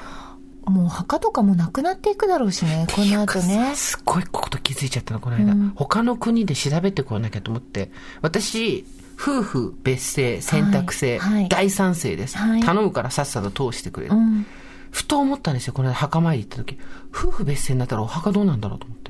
S3: もう墓とかもなくなっていくだろうしね、この後ね。
S2: すごいこと気づいちゃったのこの間、他の国で調べてこなきゃと思って私夫婦別姓選択制、
S3: はいはい
S2: 大賛成です、
S3: はい
S2: 頼むからさっさと通してくれ、
S3: うん。
S2: ふと思ったんですよこの間墓参り行った時夫婦別姓になったらお墓どうなんだろうと思って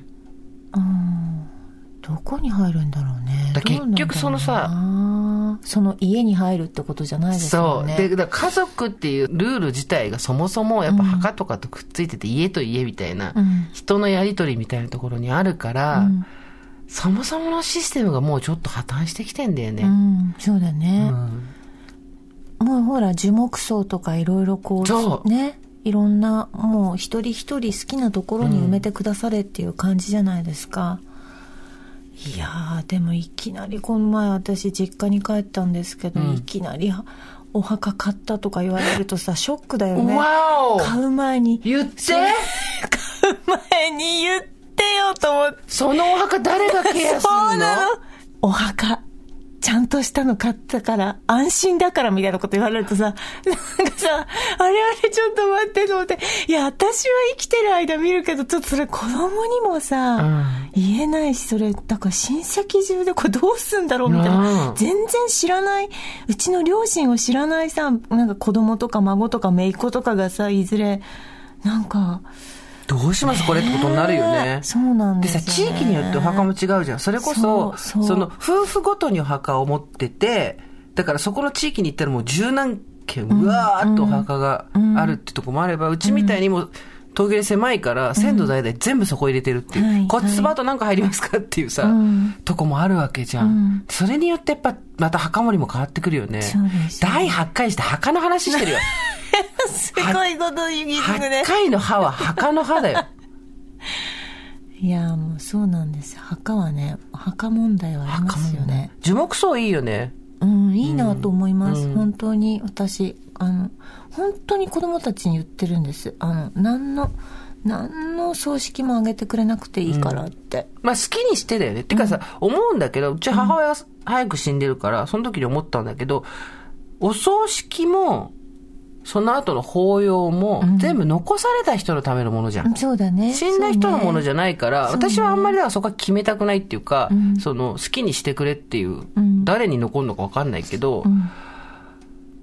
S3: どこに入るんだろうね。
S2: だから
S3: どうなんだろうな
S2: 結局そのさ
S3: その家に入るってことじゃないです
S2: そ
S3: よ
S2: う。
S3: ね。
S2: で、だから家族っていうルール自体がそもそもやっぱ墓とかとくっついてて家と家みたいな、
S3: ん
S2: 人のやりとりみたいなところにあるから、
S3: ん
S2: そもそものシステムがもうちょっと破綻してきてんだよ
S3: う
S2: ね。
S3: ん、そうだ
S2: う
S3: ね。
S2: ん
S3: もうほら樹木葬とかいろいろこう
S2: そう
S3: ねいろんなもう一人一人好きなところに埋めてくだされっていう感じじゃないですか、いやーでもいきなりこの前私実家に帰ったんですけど、いきなりお墓買ったとか言われる とさショックだよね
S2: わお
S3: 買う前に
S2: 言って
S3: そう買う前に言ってよと思って
S2: そのお墓誰がケアす
S3: そう
S2: るの
S3: なのお墓、ちゃんとしたの買ったから、安心だからみたいなこと言われるとさ、なんかさ、あれあれちょっと待ってと思って、いや、私は生きてる間見るけど、ちょっとそれ子供にもさ、
S2: うん
S3: 言えないし、それ、だから親戚中でこれどうすんだろうみたいな。
S2: うん
S3: 全然知らない、うちの両親を知らないさ、なんか子供とか孫とか姪っ子とかがさ、いずれ、なんか、
S2: どうしますこれってことになるよね。
S3: そうなん
S2: で
S3: です
S2: さ、
S3: よ、ね。
S2: 地域によってお墓も違うじゃん。それこそ、
S3: そう
S2: そ
S3: そう
S2: の、夫婦ごとにお墓を持ってて、だからそこの地域に行ったらもう十何軒、うわーっとお墓があるってとこもあれば、うちみたいにもう、陶芸狭いから、鮮度代々全部そこ入れてるっていう、
S3: はい
S2: こっちスバートなんか入りますかっていうさ、とこもあるわけじゃん。それによってやっぱ、また墓守りも変わってくるよね。
S3: そうですよ
S2: 第8回して墓の話してるよ。
S3: すごいこと言いにくね
S2: 8。回の歯は墓の歯だ よ。
S3: いやーもうそうなんです墓はね墓問題はありますよね
S2: 樹木葬いいよね。
S3: うんいいなと思います、本当に私あの本当に子供たちに言ってるんですあの何の何の葬式もあげてくれなくていいからって、
S2: まあ好きにしてだよね。てかさ、思うんだけど、うち母親が早く死んでるから、その時に思ったんだけど、お葬式も、その後の法要も、全部残された人のためのものじゃん。
S3: そうだね
S2: 死んだ人のもの
S3: ゃ
S2: じゃないから、
S3: うね
S2: 私はあんまりだからそこは決めたくないっていうか、その好きにしてくれっていう、誰に残るのかわかんないけど、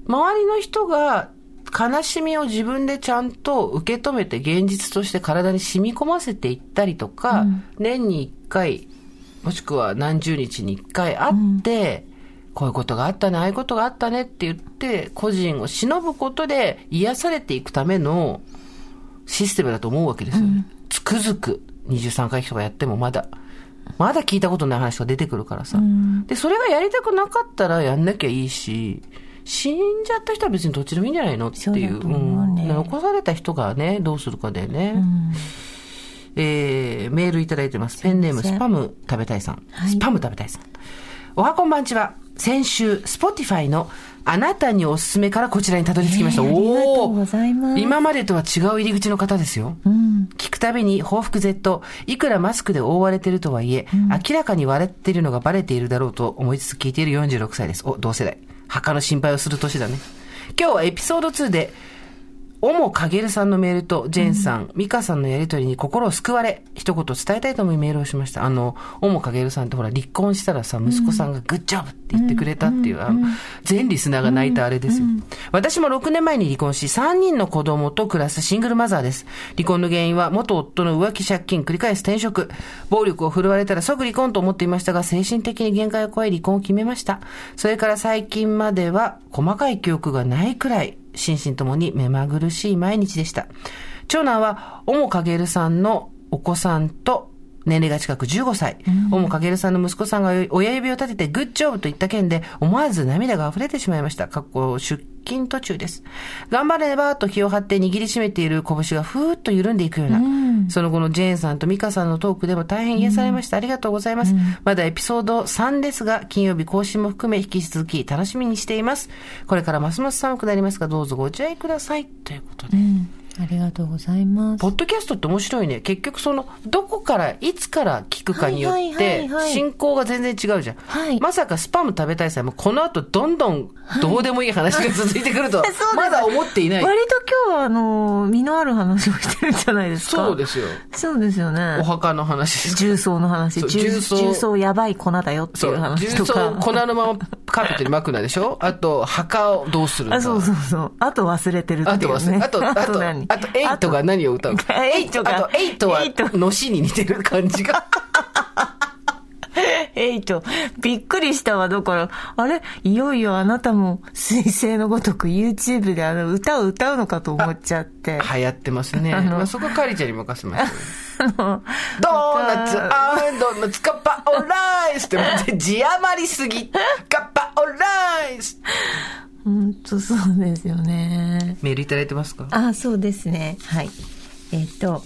S2: 周りの人が悲しみを自分でちゃんと受け止めて現実として体に染み込ませていったりとか、
S3: うん
S2: 年に1回もしくは何十日に1回会って、こういうことがあったねああいうことがあったねって言って個人を忍ぶことで癒されていくためのシステムだと思うわけですよね、つくづく23回とかやってもまだまだ聞いたことない話が出てくるからさ、
S3: ん
S2: でそれがやりたくなかったらやんなきゃいいし死んじゃった人は別にどっちでもいいんじゃないのって
S3: そう
S2: い
S3: だ
S2: う
S3: と思うね
S2: んで残された人がねどうするかだよね、えーメールいただいてますペンネーム
S3: すいません
S2: スパム食べたいさん、
S3: はい
S2: スパム食べたいさんおはこんばんちは先週 Spotify のあなたにおすすめからこちらにたどり着きました、
S3: えーありがとうございます
S2: おー今までとは違う入り口の方ですよ
S3: うん
S2: 聞くたびに報復絶倒。いくらマスクで覆われてるとはいえ、明らかに笑っているのがバレているだろうと思いつつ聞いている46歳です。お、同世代。墓の心配をする年だね。今日はエピソード2で、おもかげるさんのメールと、ジェーンさん、ミカさんのやりとりに心を救われ、一言伝えたいと思いメールをしました。あの、おもかげるさんってほら、離婚したらさ、息子さんがグッジョブって言ってくれたっていう、あの、全リスナーが泣いたあれですよ。私も6年前に離婚し、3人の子供と暮らすシングルマザーです。離婚の原因は、元夫の浮気借金、繰り返す転職、暴力を振るわれたら即離婚と思っていましたが、精神的に限界を超え離婚を決めました。それから最近までは、細かい記憶がないくらい、心身ともに目まぐるしい毎日でした。長男は、おもかげるさんのお子さんと、年齢が近く15歳。おもかげるさんの息子さんが親指を立ててグッジョブと言った件で、思わず涙が溢れてしまいました。かっこ出勤途中です。頑張ればと気を張って握りしめている拳がふーっと緩んでいくような、その後のジェーンさんとミカさんのトークでも大変癒されました。ありがとうございます。まだエピソード3ですが、金曜日更新も含め引き続き楽しみにしています。これからますます寒くなりますが、どうぞご自愛ください。ということで。
S3: うんありがとうございます
S2: ポッドキャストって面白いね。結局その、どこから、いつから聞くかによっ
S3: はいはいは
S2: て
S3: いは、い
S2: 進行が全然違うじゃん。
S3: はい
S2: まさかスパム食べたいさんも、この後どんどんどうでもいい話が続いてくるとは
S3: そうです、
S2: まだ思っていない。
S3: 割と今日はあの身のある話をしてるんじゃないですか
S2: そうですよ。
S3: すそうですよね
S2: お墓の話です。
S3: 重曹の話
S2: そう
S3: 重
S2: 重曹
S3: 重曹やばい粉だよって
S2: そ
S3: いうう。
S2: 重
S3: 話と
S2: 曹
S3: か
S2: を粉のままカーペットに巻くなでしょあと、墓をどうするんだ
S3: あそうそうそうあと忘れてる
S2: あ
S3: って
S2: と
S3: いう
S2: は、
S3: ね
S2: あと、 あと、
S3: 何
S2: あと、エイトが何を歌うか。
S3: エイトが
S2: あと、エイトは
S3: エイト、
S2: のしに似てる感じが。
S3: えいと、びっくりしたわ。だから、あれ、いよいよあなたも、彗星のごとく YouTube であの歌を歌うのかと思っち ゃって。
S2: 流行ってますね。
S3: あの
S2: まあ、そこはカリちゃんに任せますよ。
S3: あの、
S2: ドーナツ、アードーナツ、カッパオライスって、待って字余りすぎ。カッパオライス。
S3: ほんとそうですよね。
S2: メールいただいてますか
S3: あ、そうですね。はい。えっ、と、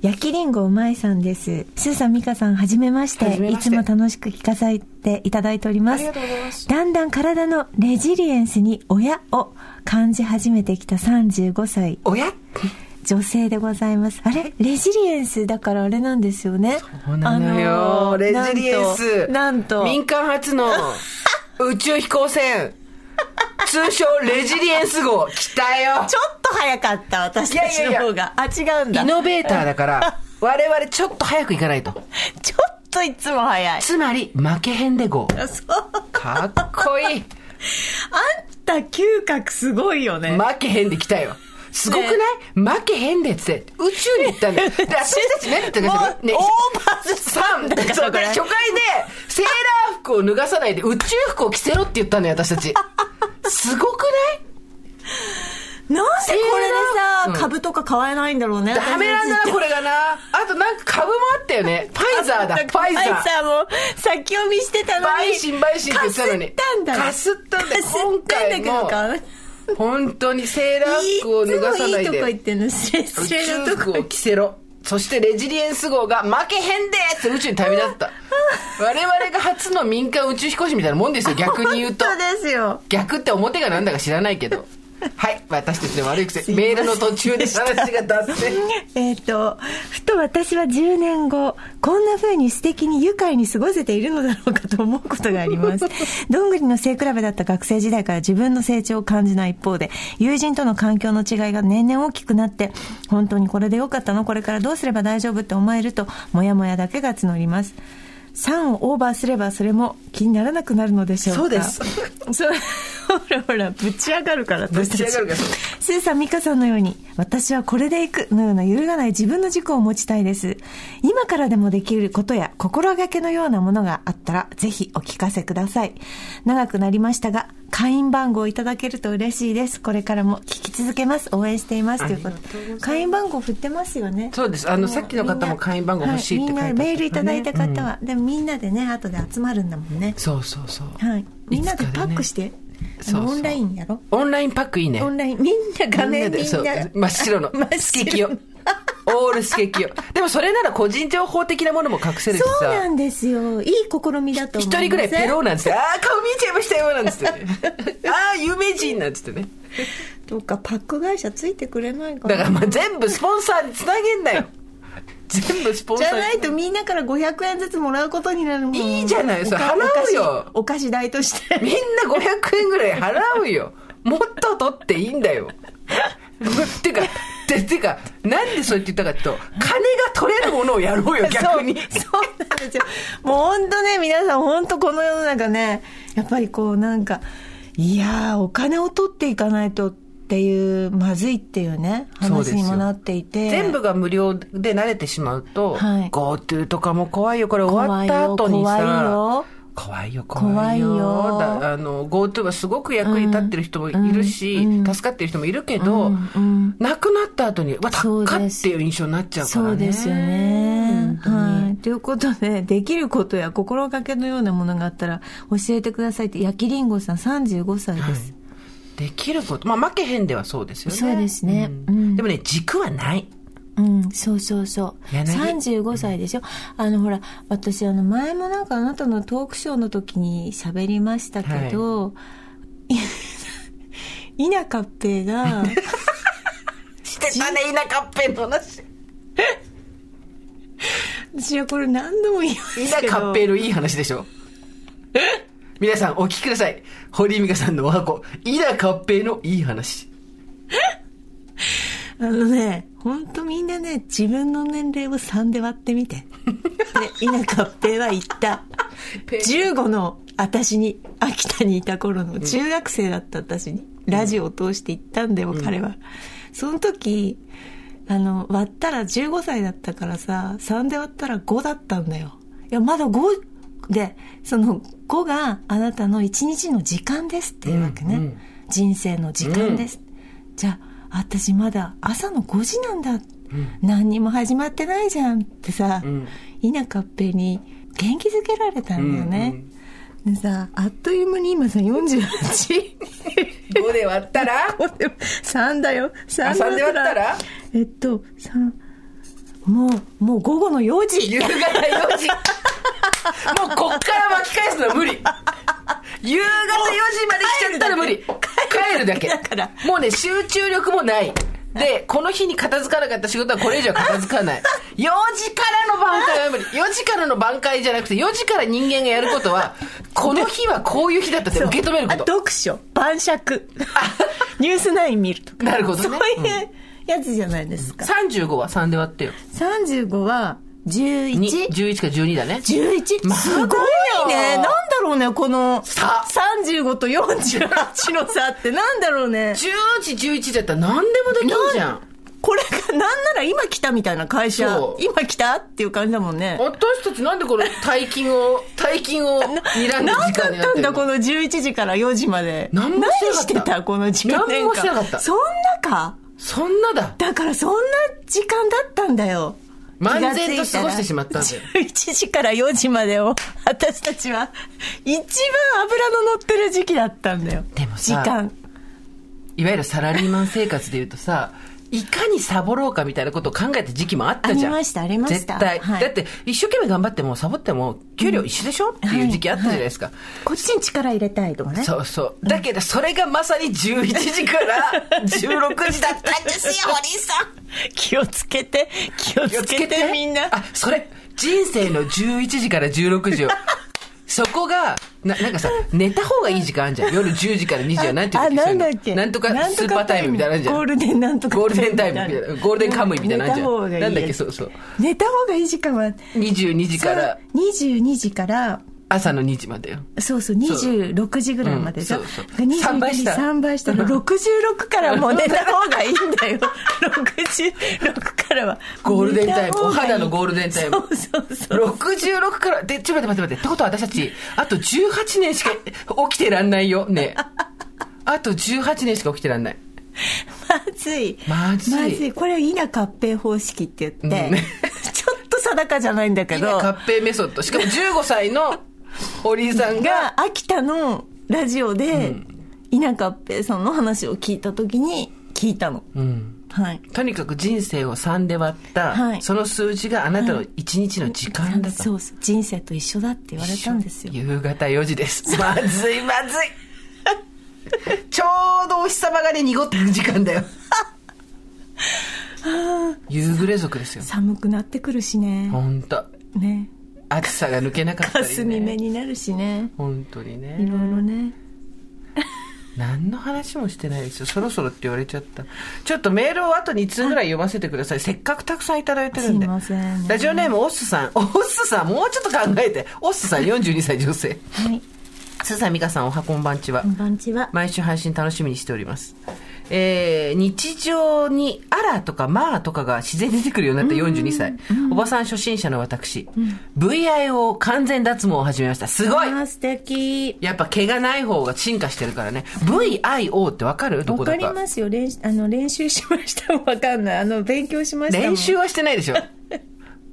S3: 焼きりんごうまいさんです。スーさん、ミカさん、はじめまして。
S2: はじめまして
S3: いつも楽しく聞かさせていただいておりま
S2: あ
S3: す。
S2: りがとうございます
S3: だんだん体のレジリエンスに親を感じ始めてきた35歳
S2: おや
S3: 女性でございます。あれレジリエンスだからあれなんですよね。
S2: そうなのよ、
S3: あの
S2: レ
S3: ー
S2: ジリエンス。
S3: なんと。なん
S2: 民
S3: と
S2: 間初の宇宙飛行船。通称レジリエンス号。来たよ。
S3: ちょっと早かった、私たちの方が。
S2: いやい
S3: あ、違うんだ。
S2: イノベーターだから、我々ちょっと早く行かないと。
S3: ちょっといつも早い。
S2: つまり、負けへんで号。
S3: そう。
S2: かっこいい。
S3: あんた嗅覚すごいよね。
S2: 負けへんで来たよ。すごくない、負けへんでっつって、宇宙に行ったんだ よ。で、私たちね、って
S3: もう、
S2: かね、
S3: オーバーズ
S2: さ
S3: さん
S2: ん
S3: だから
S2: そう
S3: こ
S2: で
S3: れ
S2: 初回で、セーラー服を脱がさないで宇宙服を着せろって言ったのよ、私たち。すごくない
S3: なんでこれで
S2: セーラー
S3: さ、
S2: 服
S3: 株とか買えないんだろうね。
S2: ダメなんだな、これがな。あとなんか株もあったよね。ファイザーだ、ファイザー。
S3: ーも先読みしてたの
S2: 陪
S3: に
S2: 審陪審って言ってたのに
S3: かすったんだ
S2: かすったんだよ
S3: かすったんだけど
S2: 今回
S3: か
S2: 本当にセーラー服を脱がさない
S3: つもいいとこ
S2: で
S3: 行。ってんの失礼
S2: 宇
S3: 失礼な
S2: 宙
S3: と
S2: 服
S3: こ
S2: を着せろ。そしてレジリエンス号が負けへんでーって宇宙に旅立 った。我々が初の民間宇宙飛行士みたいなもんですよ、逆に言うと。
S3: 本当ですよ
S2: 逆って表が何だか知らないけど。はい、私たちの悪い癖。
S3: ませ
S2: メ
S3: ん
S2: ールの途中で話が脱線。
S3: えっ、とふと私は10年後こんな風に素敵に愉快に過ごせているのだろうかと思うことがあり ますどんぐりの背比べだった学生時代から自分の成長を感じない一方で友人との環境の違いが年々大きくなって本当にこれでよかったのこれからどうすれば大丈夫って思えるとモヤモヤだけが募ります3をオーバーすればそれも気にならなくなるのでしょうか
S2: そうです
S3: そうほらほら、ぶち上がるから、
S2: ぶち上がるから
S3: スーさん、ミカさんのように、私はこれでいくのような揺るがない自分の軸を持ちたいです。今からでもできることや心がけのようなものがあったら、ぜひお聞かせください。長くなりましたが、会員番号をいただけると嬉しいです。これからも聞き続けます。応援しています。ということで。会員番号振ってますよね。
S2: そうですあの
S3: も
S2: さっきの方も会員番号欲しいって書いてあったから
S3: は
S2: ね
S3: みんなメールいただいた方は、でもみんなでね、後で集まるんだもんね。
S2: そうそうそう
S3: はい。みんなで
S2: いつ
S3: パ
S2: かね
S3: ックして、あ
S2: そう
S3: の
S2: そう
S3: オンラインやろ
S2: オンラインパックいいね
S3: オンライン、みんな画面みん
S2: そう
S3: な。
S2: 真っ白の
S3: 真っ白
S2: スケキヨオールスケキヨでもそれなら個人情報的なものも隠せるし
S3: そう
S2: さ
S3: なんですよ。いい試みだと思い
S2: 一
S3: ます。
S2: 人ぐらいペローなんつって、ああ、顔見えちゃいましたよ、なんつって、 ね。ああ、有名人なんつってね。
S3: とか、パック会社ついてくれないかな。
S2: だからまあ全部スポンサーにつなげんなよ。全部スポン
S3: じ
S2: サ
S3: ゃ
S2: ーに
S3: ないとみんなから500円ずつもらうことになるもん。
S2: いいじゃないそれ払うよ
S3: お菓子お菓子代として。
S2: みんな500円ぐらい払うよ。もっと取っていいんだよ。てか、ててか、なんでそうやって言ったかっていうと、金が取れるものをやろうよ、逆に。
S3: そうそうなんですよもう本当ね皆さん本当この世の中ねやっぱりこうなんかいやーお金を取っていかないとっていうまずいっていうね
S2: そうです
S3: 話
S2: よ
S3: にもなっていて
S2: 全部が無料で慣れてしまうと、
S3: はい
S2: GoTo とかも怖いよ、これ終わった後に
S3: 怖い
S2: さ。
S3: よ
S2: 怖いよ、怖いよ。
S3: 怖いよ
S2: だあの、GoTo はすごく役に立ってる人もいるし、助かってる人もいるけど、
S3: うんうん
S2: 亡くなった後に、わ、
S3: そ
S2: 高
S3: う
S2: っ
S3: です
S2: っていう印象になっちゃうからね。
S3: そうですよね
S2: 本。当に
S3: はい。ということで、できることや心がけのようなものがあったら教えてくださいって、焼きりんごさん35歳です。
S2: できること、まあ、負けへんではそうですよね。
S3: そうですね
S2: ん
S3: うん
S2: でもね、軸はない。
S3: うん、そうそうそう。
S2: 柳
S3: 35歳でしょ。あの、ほら、私、あの、前もなんかあなたのトークショーの時に喋りましたけど、い、 稲かっぺが、
S2: してたね、田舎っぺの話。
S3: 私はこれ何度も言います
S2: 田
S3: けど。
S2: 舎っぺのいい話でしょ。皆さん、お聞きください。堀井美香さんのお箱、田舎っぺのいい話。
S3: あのね、ほんとみんなね、自分の年齢を3で割ってみて。で、稲かっぺは言った。15の私に、秋田にいた頃の中学生だった私に、ラジオを通して行ったんだよ、彼は。その時、あの、割ったら15歳だったからさ、3で割ったら5だったんだよ。いや、まだ5で、その5があなたの1日の時間ですっていうわけね。
S2: うんうん
S3: 人生の時間です。じゃあ、私まだ朝の5時なんだ。何にも始まってないじゃんってさ、
S2: ん
S3: 稲かっぺに元気づけられたんだよね。でさ、あっという間に今さ、48。
S2: 5で割った ら
S3: 3だよ。3
S2: あ三で割ったら
S3: えっと、三もう、もう午後の4時
S2: 夕方4時。もうこっから巻き返すのは無理。夕方4時まで来ちゃったら無理。帰るだけ。
S3: 帰るだけだから
S2: もうね、集中力もない。で、この日に片付かなかった仕事はこれ以上片付かない。4時からの挽回は無理。4時からの挽回じゃなくて、4時から人間がやることは、この日はこういう日だったって受け止める
S3: あ
S2: こと。
S3: 読書、晩酌、ニュースナイン見るとか。
S2: なるほどね
S3: そういうやつじゃないですか。
S2: 35は3で割ってよ。
S3: 35は
S2: に
S3: 11?11?
S2: 11か12だね。
S3: 11? すごいね。なんだろうね、この
S2: 差
S3: 35と48の差ってなんだろうね。
S2: 10時、11だったら何でもできるじゃん。
S3: これがなんなら今来たみたいな会社
S2: そ。う
S3: 今来たっていう感じだもんね。
S2: 私たちなんでこれ大金 を大金を睨んだ時間にな
S3: な
S2: っ
S3: ん
S2: て
S3: だ
S2: る
S3: ったんだ
S2: の
S3: この11時から4時まで
S2: 何もしてなかった
S3: 何してたこの時間
S2: 何もしてなかった
S3: そんなか
S2: そんなだ
S3: だからそんな時間だったんだよ
S2: 漫然と過ごしてしまったんだよ
S3: 11時から4時までを 私たちは一番脂の乗ってる時期だったんだよ
S2: でもさ
S3: 時間
S2: いわゆるサラリーマン生活でいうとさいかにサボろうかみたいなことを考えた時期もあったじゃん
S3: ありましたありました
S2: 絶対、
S3: はい
S2: だって一生懸命頑張ってもサボっても給料一緒でしょ、っていう時期あったじゃないですか、
S3: こっちに力入れたいとかね
S2: そうそうだけどそれがまさに11時から16時だったんですよ堀井さん
S3: 気をつけて気をつけてみんな
S2: あ、それ、人生の11時から16時を。そこが、な、なんかさ、寝た方がいい時間あるじゃん。夜10時から2時はなんていう
S3: あ
S2: 時
S3: なんだっけ
S2: なんとかスーパータイムみたいなのあるじゃん。
S3: ゴールデンなんとか
S2: ゴールデンタイムみたいな。ゴールデンカムイみたいなのあるじゃん。なんだっけ、そううそう。
S3: 寝た方がいい時間は
S2: 22時から。
S3: 22時から
S2: 朝の2時までよ。
S3: そうそう、26時ぐらいまでじゃ、
S2: うん
S3: ん、
S2: そうそう
S3: 3
S2: 3倍
S3: 倍
S2: し
S3: したた。3倍したら66からもう寝た方がいいんだ よ。66からは。
S2: ゴールデンタイム。
S3: 寝た方
S2: お
S3: がいい
S2: 肌のゴールデンタイム。
S3: そうそうそう。
S2: 66から、で、ちょ、待って待って待って。ってことは私たち、あと18年しか起きてらんないよ。 ねえ。あと18年しか起きてらんない。
S3: まずい。
S2: まずい
S3: これ、稲合併方式って言って、
S2: うん
S3: ちょっと定かじゃないんだけ
S2: 今、
S3: ど、
S2: 合併メソッド。しかも15歳の堀井さんが、
S3: が、秋田のラジオで、稲合併さんの話を聞いたときに、聞いたの。
S2: うん
S3: はい。
S2: とにかく人生を3で割った、
S3: はい
S2: その数字があなたの1日の時間だと。
S3: そうそう。人生と一緒だって言われたんですよ。
S2: 夕方4時です。まずいまずい。 ちょうどお日様がね、濁ってる時間 だよ。夕暮れ族 ですよ。
S3: 寒くなってくるしね。
S2: ほんと。
S3: ね。
S2: 暑さが抜けなかった
S3: 霞
S2: り
S3: 目
S2: ね。
S3: になるしね。
S2: 本当に
S3: い
S2: ね。
S3: ろいろね。
S2: 何の話もしてないですよ。そろそろって言われちゃった。ちょっとメールを後に通ぐらい読ませてください。せっかくたくさんいただいてるんで。
S3: すいませんね
S2: ラジオネーム、オッスさん。オッスさん、もうちょっと考えて。オッスさん、42歳女性。
S3: はい。
S2: すさみかさん、おはこんばんちは。
S3: こんばんちは。
S2: 毎週配信楽しみにしております。えー日常に「あら」とか「まあ」とかが自然に出てくるようになった42歳、おばさん初心者の私、VIO 完全脱毛を始めましたすごい
S3: あー素敵。
S2: やっぱ毛がない方が進化してるからね VIO ってわかるど
S3: わ
S2: こ
S3: か
S2: だ
S3: り
S2: か
S3: ますよ。練習、あの、練習しましたもんわかんない。あの、勉強しましたもん。
S2: 練習はして ないでしょ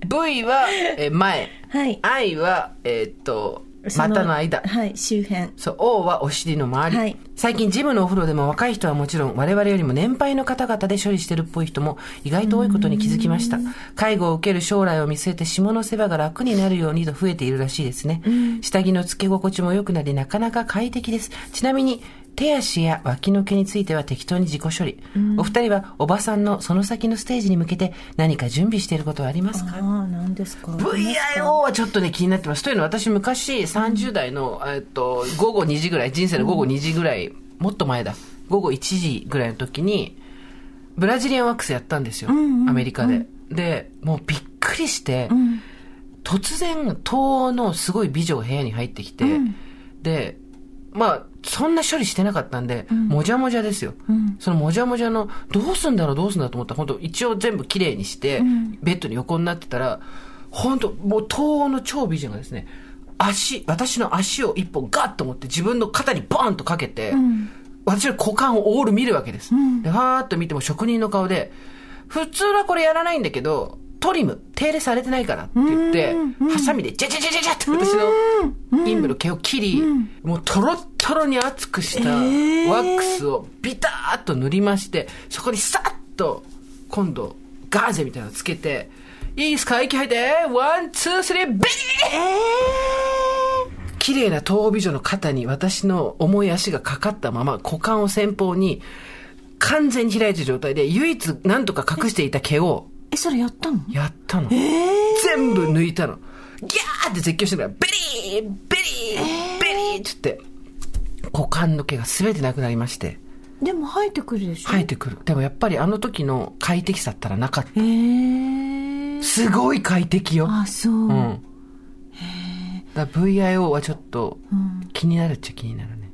S2: V は、えー前
S3: はい。
S2: I はえーっと
S3: そ
S2: 股の間
S3: はい、周辺。
S2: そう、O はお尻の周り。
S3: はい
S2: 最近ジムのお風呂でも若い人はもちろん我々よりも年配の方々で処理してるっぽい人も意外と多いことに気づきました。介護を受ける将来を見据えて下の世話が楽になるようにと増えているらしいですね。下着の付け心地も良くなりなかなか快適です。ちなみに手足や脇の毛については適当に自己処理。お二人はおばさんのその先のステージに向けて何か準備していることはあります
S3: あ
S2: か
S3: あ、何ですか。
S2: VIO はちょっとね気になってますというのは私昔30代の、えっと、午後2時ぐらい人生の午後2時ぐらい、もっと前だ午後1時ぐらいの時にブラジリアンワックスやったんですよ、アメリカで、でもうびっくりして、突然東欧のすごい美女が部屋に入ってきて、でまあそんな処理してなかったんで、もじゃもじゃですよ、そのもじゃもじゃのどうすんだろうどうすんだろうと思ったら本当一応全部きれいにして、ベッドに横になってたら本当もう東欧の超美人がですね足私の足を一本ガッと持って自分の肩にバーンとかけて、私の股間をオール見るわけです、ではーっと見ても職人の顔で普通はこれやらないんだけどトリム手入れされてないからって言ってハサミでジャジャジャジャジャって私の陰部の毛を切り、もうトロットロに厚くしたワ
S3: ー
S2: ックスをビターっと塗りましてそこにさっと今度ガーゼみたいなのつけていいですか息吐いてワンツースリービリー綺麗な東欧美女の肩に私の重い足がかかったまま股間を先方に完全に開いてる状態で唯一何とか隠していた毛を
S3: え、それやったの
S2: やったの、全部抜いたのギャーって絶叫してからベリーベリーベリーっつって股間の毛が全てなくなりまして
S3: でも生えてくるでしょ
S2: 生えてくるでもやっぱりあの時の快適さったらなかった
S3: えー。
S2: すごい快適よ
S3: あ、そう。
S2: うんだから VIO はちょっと気になるっちゃ気になるね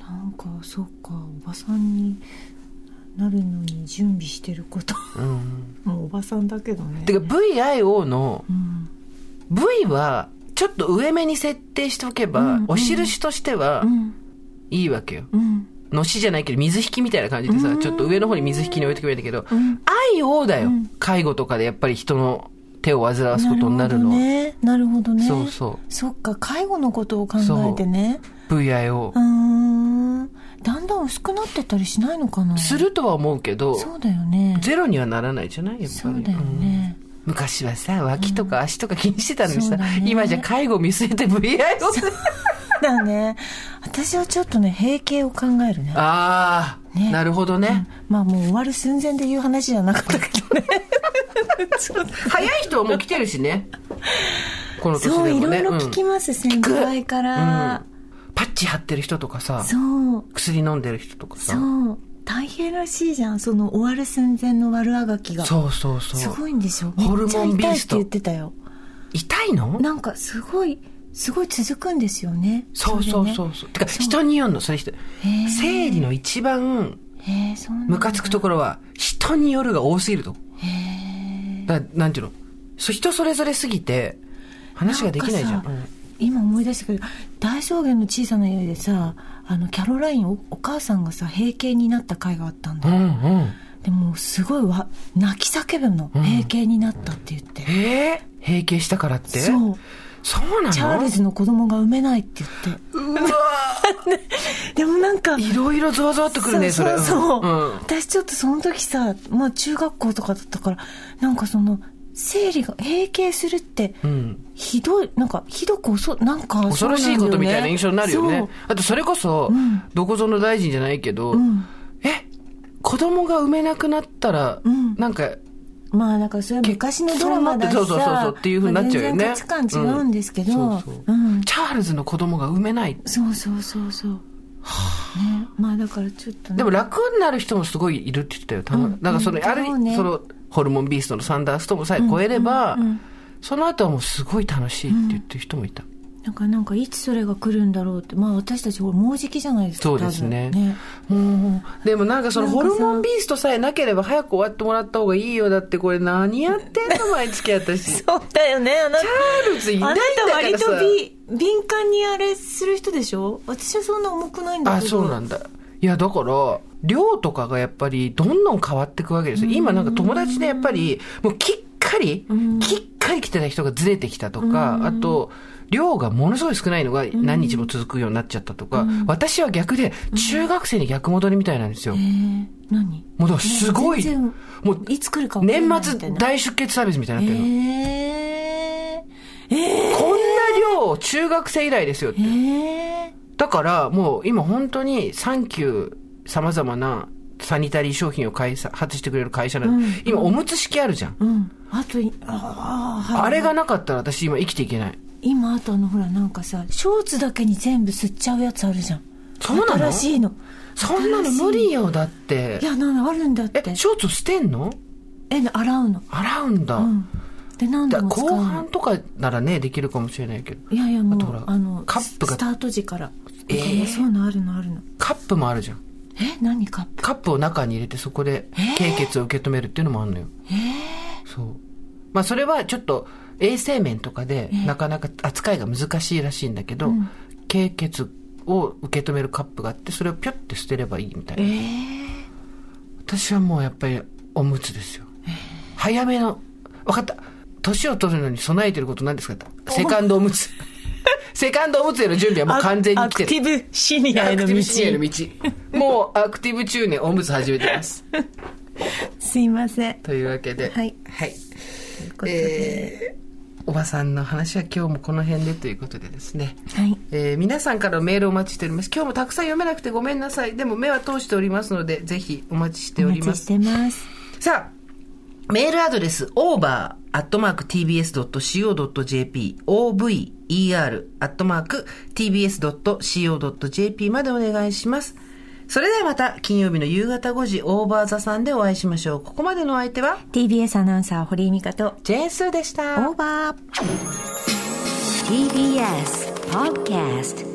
S3: なんか、そうか、おばさんになるのに準備してること。
S2: うん
S3: もうおばさんだけどね。
S2: てか VIO の
S3: うん。
S2: V はちょっと上目に設定しておけば、お印としては
S3: うん。
S2: いいわけよ、
S3: うん。
S2: のしじゃないけど水引きみたいな感じでさ、ちょっと上の方に水引きに置いてくれるんだけど、愛をだよ、介護とかでやっぱり人の手を煩わすことになるのは、
S3: なるほどね。なる
S2: そ
S3: ほどね。
S2: うそ
S3: そっか、介護のことを考えてね。
S2: う VIO、
S3: うーん。だんだん薄くなってったりしないのかな
S2: するとは思うけど
S3: そうだよね。
S2: ゼロにはならないじゃないやっぱ
S3: そ
S2: り
S3: うだよ
S2: うん
S3: ね。
S2: 昔はさ脇とか足とか気にしてたのにさ、
S3: そうだね
S2: 今じゃ介護見据えて VIO
S3: だね。私はちょっとね、閉経を考えるね。
S2: ああ、
S3: ね
S2: なるほどね、
S3: まあもう終わる寸前で言う話じゃなかったけどね。
S2: 早い人はもう来てるしねこの年でも
S3: そう、
S2: ね
S3: いろいろ
S2: う
S3: 聞
S2: ん
S3: きます、先輩から。
S2: パッチ貼ってる人とかさ
S3: そう、
S2: 薬飲んでる人とかさ
S3: そう。大変らしいじゃん、その終わる寸前の悪あがきが。
S2: そうそうそう
S3: すごいんでしょ
S2: ホルモンビー
S3: めっちゃ痛いっ
S2: ス
S3: て
S2: ト
S3: 言ってたよ。
S2: 痛いの
S1: なんかすごいすごい続くんですよね
S2: そうそう
S1: れね
S2: そうそう。てか、人に言うの、それ人。
S1: へー
S2: 生理の一番
S1: へえそうなんだ
S2: ムカつくところは、人によるが多すぎると。だなんていうのそ人それぞれすぎて、話ができないじゃん。
S1: なんかさ
S2: うん
S1: 今思い出したけど大草原の小さな家でさあのキャロラインおお母さんがさ閉経になった回があったんだ
S2: う
S1: よ、
S2: んうん。
S1: でもすごいわ泣き叫ぶの、
S2: ん
S1: 閉経になったって言って
S2: えー、閉経したからって
S1: そう
S2: そうなの
S1: チャールズの子供が産めないって言って
S2: うわ
S1: でもなんか
S2: いろいろゾワゾワっとくるね、それ。
S1: うそうそう、
S2: うんうん
S1: 私ちょっとその時さまあ中学校とかだったからなんかその生理が閉経するって
S2: うん
S1: ひどいなんかひどく恐なんか
S2: 恐ろしいことみたいな印象になるよね。あとそれこそ、
S1: ん
S2: どこぞの大臣じゃないけど、
S1: そううん
S2: え子供が産めなくなったら、
S1: うん
S2: なんか、
S1: まあなんかそれは昔のドラマだしさ
S2: そうそうそうそうっていうふうになっちゃうよね
S1: まあ全然価値観違うんですけど、
S2: うん
S1: う
S2: そうそうんチャールズの子供が産めない。
S1: そうそうそうそうね、まあだからちょっとね
S2: でも楽になる人もすごいいるって言ってたよ、たま
S1: うん
S2: なんかその、
S1: うん
S2: あれ
S1: そうね
S2: その、ホルモンビーストのサンダーストームさえ超えれば、
S1: うんうん
S2: その後はもうすごい楽しいって言ってる人もいた。
S1: なんかなんかいつそれが来るんだろうってまあ私たちほらもうじきじゃないですか
S2: そうですね
S1: 多分ね
S2: うんでもなんかその
S1: なんか
S2: ホ
S1: さ
S2: ルモンビーストさえなければ早く終わってもらった方がいいよ。だってこれ何やってんの毎月私。チ
S1: そうだよねあなた
S2: ャールズいない
S1: あ
S2: ん
S1: な
S2: だ
S1: た
S2: か
S1: 割
S2: らさ
S1: と。び敏感にあれする人でしょ私はそんな重くないんだ
S2: あ、
S1: けど
S2: そうなんだ。いや、だから、量とかがやっぱりどんどん変わっていくわけですよ。今なんか友達でやっぱり、もうきっかり
S1: ん、
S2: きっかり来てた人がずれてきたとか、あと、量がものすごい少ないのが何日も続くようになっちゃったとか、私は逆で、中学生に逆戻りみたいなんですよ。
S1: えー何
S2: もうだからすごい、
S1: 全然
S2: もう
S1: いつ来るか分かんない
S2: 年
S1: みた
S2: 末
S1: いな
S2: 大出血サービスみたいになってるの。
S1: えー、え
S2: こんな量、中学生以来ですよって
S1: ー、。え
S2: だから、もう今本当に、サンキュー、様々な、サニタリー商品を開発してくれる会社なんで、
S1: うん
S2: 今おむつ式あるじゃん。
S1: ー、うんあといあー、はい、
S2: あれがなかったら私今生きていけない。
S1: 今あとあのほらなんかさショーツだけに全部吸っちゃうやつあるじゃん
S2: そうなの
S1: 新しいの
S2: そんなの無理よ、だって
S1: い。やなんあるんだって
S2: え、ショーツ捨てんの
S1: え洗うの
S2: 洗うんだ。
S1: うんで何
S2: だ
S1: 度も使う
S2: 後
S1: の
S2: 半とかならね、できるかもしれないけど。
S1: いやいや
S2: あ
S1: も
S2: とほら
S1: うあの
S2: カップが
S1: スタート時から、
S2: えー
S1: そうのあるのあるの
S2: カップもあるじゃん。
S1: え何カップ
S2: カップを中に入れてそこで経血を受け止めるっていうのもあるのよ、そうまあそれはちょっと衛生面とかでなかなか扱いが難しいらしいんだけど、経血を受け止めるカップがあってそれをピョって捨てればいいみたいな、私はもうやっぱりおむつですよ、早めの分かった年を取るのに備えてることなんですかってセカンドおむつセカンドおむつへの準備はもう完全に来てる
S1: アクティブシニア
S2: ア
S1: へ
S2: ク
S1: の
S2: ティ
S1: 道
S2: ブシニアの道。もうアクティブ中年おむつ始めてます。
S1: すいません
S2: というわけで。
S1: はい
S2: はい。
S1: ということで、
S2: えーおばさんの話は今日もこの辺でということでですね。
S1: はい
S2: えー皆さんからのメールをお待ちしております。今日もたくさん読めなくてごめんなさい。でも目は通しておりますので、ぜひお待ちして
S1: お
S2: おり
S1: 待
S2: ま
S1: ち
S2: す
S1: し。てます
S2: さあ、メールアドレス、over, アットマーク tbs.co.jp、over, アットマーク tbs.co.jp までお願いします。それではまた金曜日の夕方5時、オーバーザさんでお会いしましょう。ここまでのお相手は、
S1: TBS アナウンサー堀井美香と
S2: ジェーンスーでした。
S1: オーバー
S4: TBS Podcast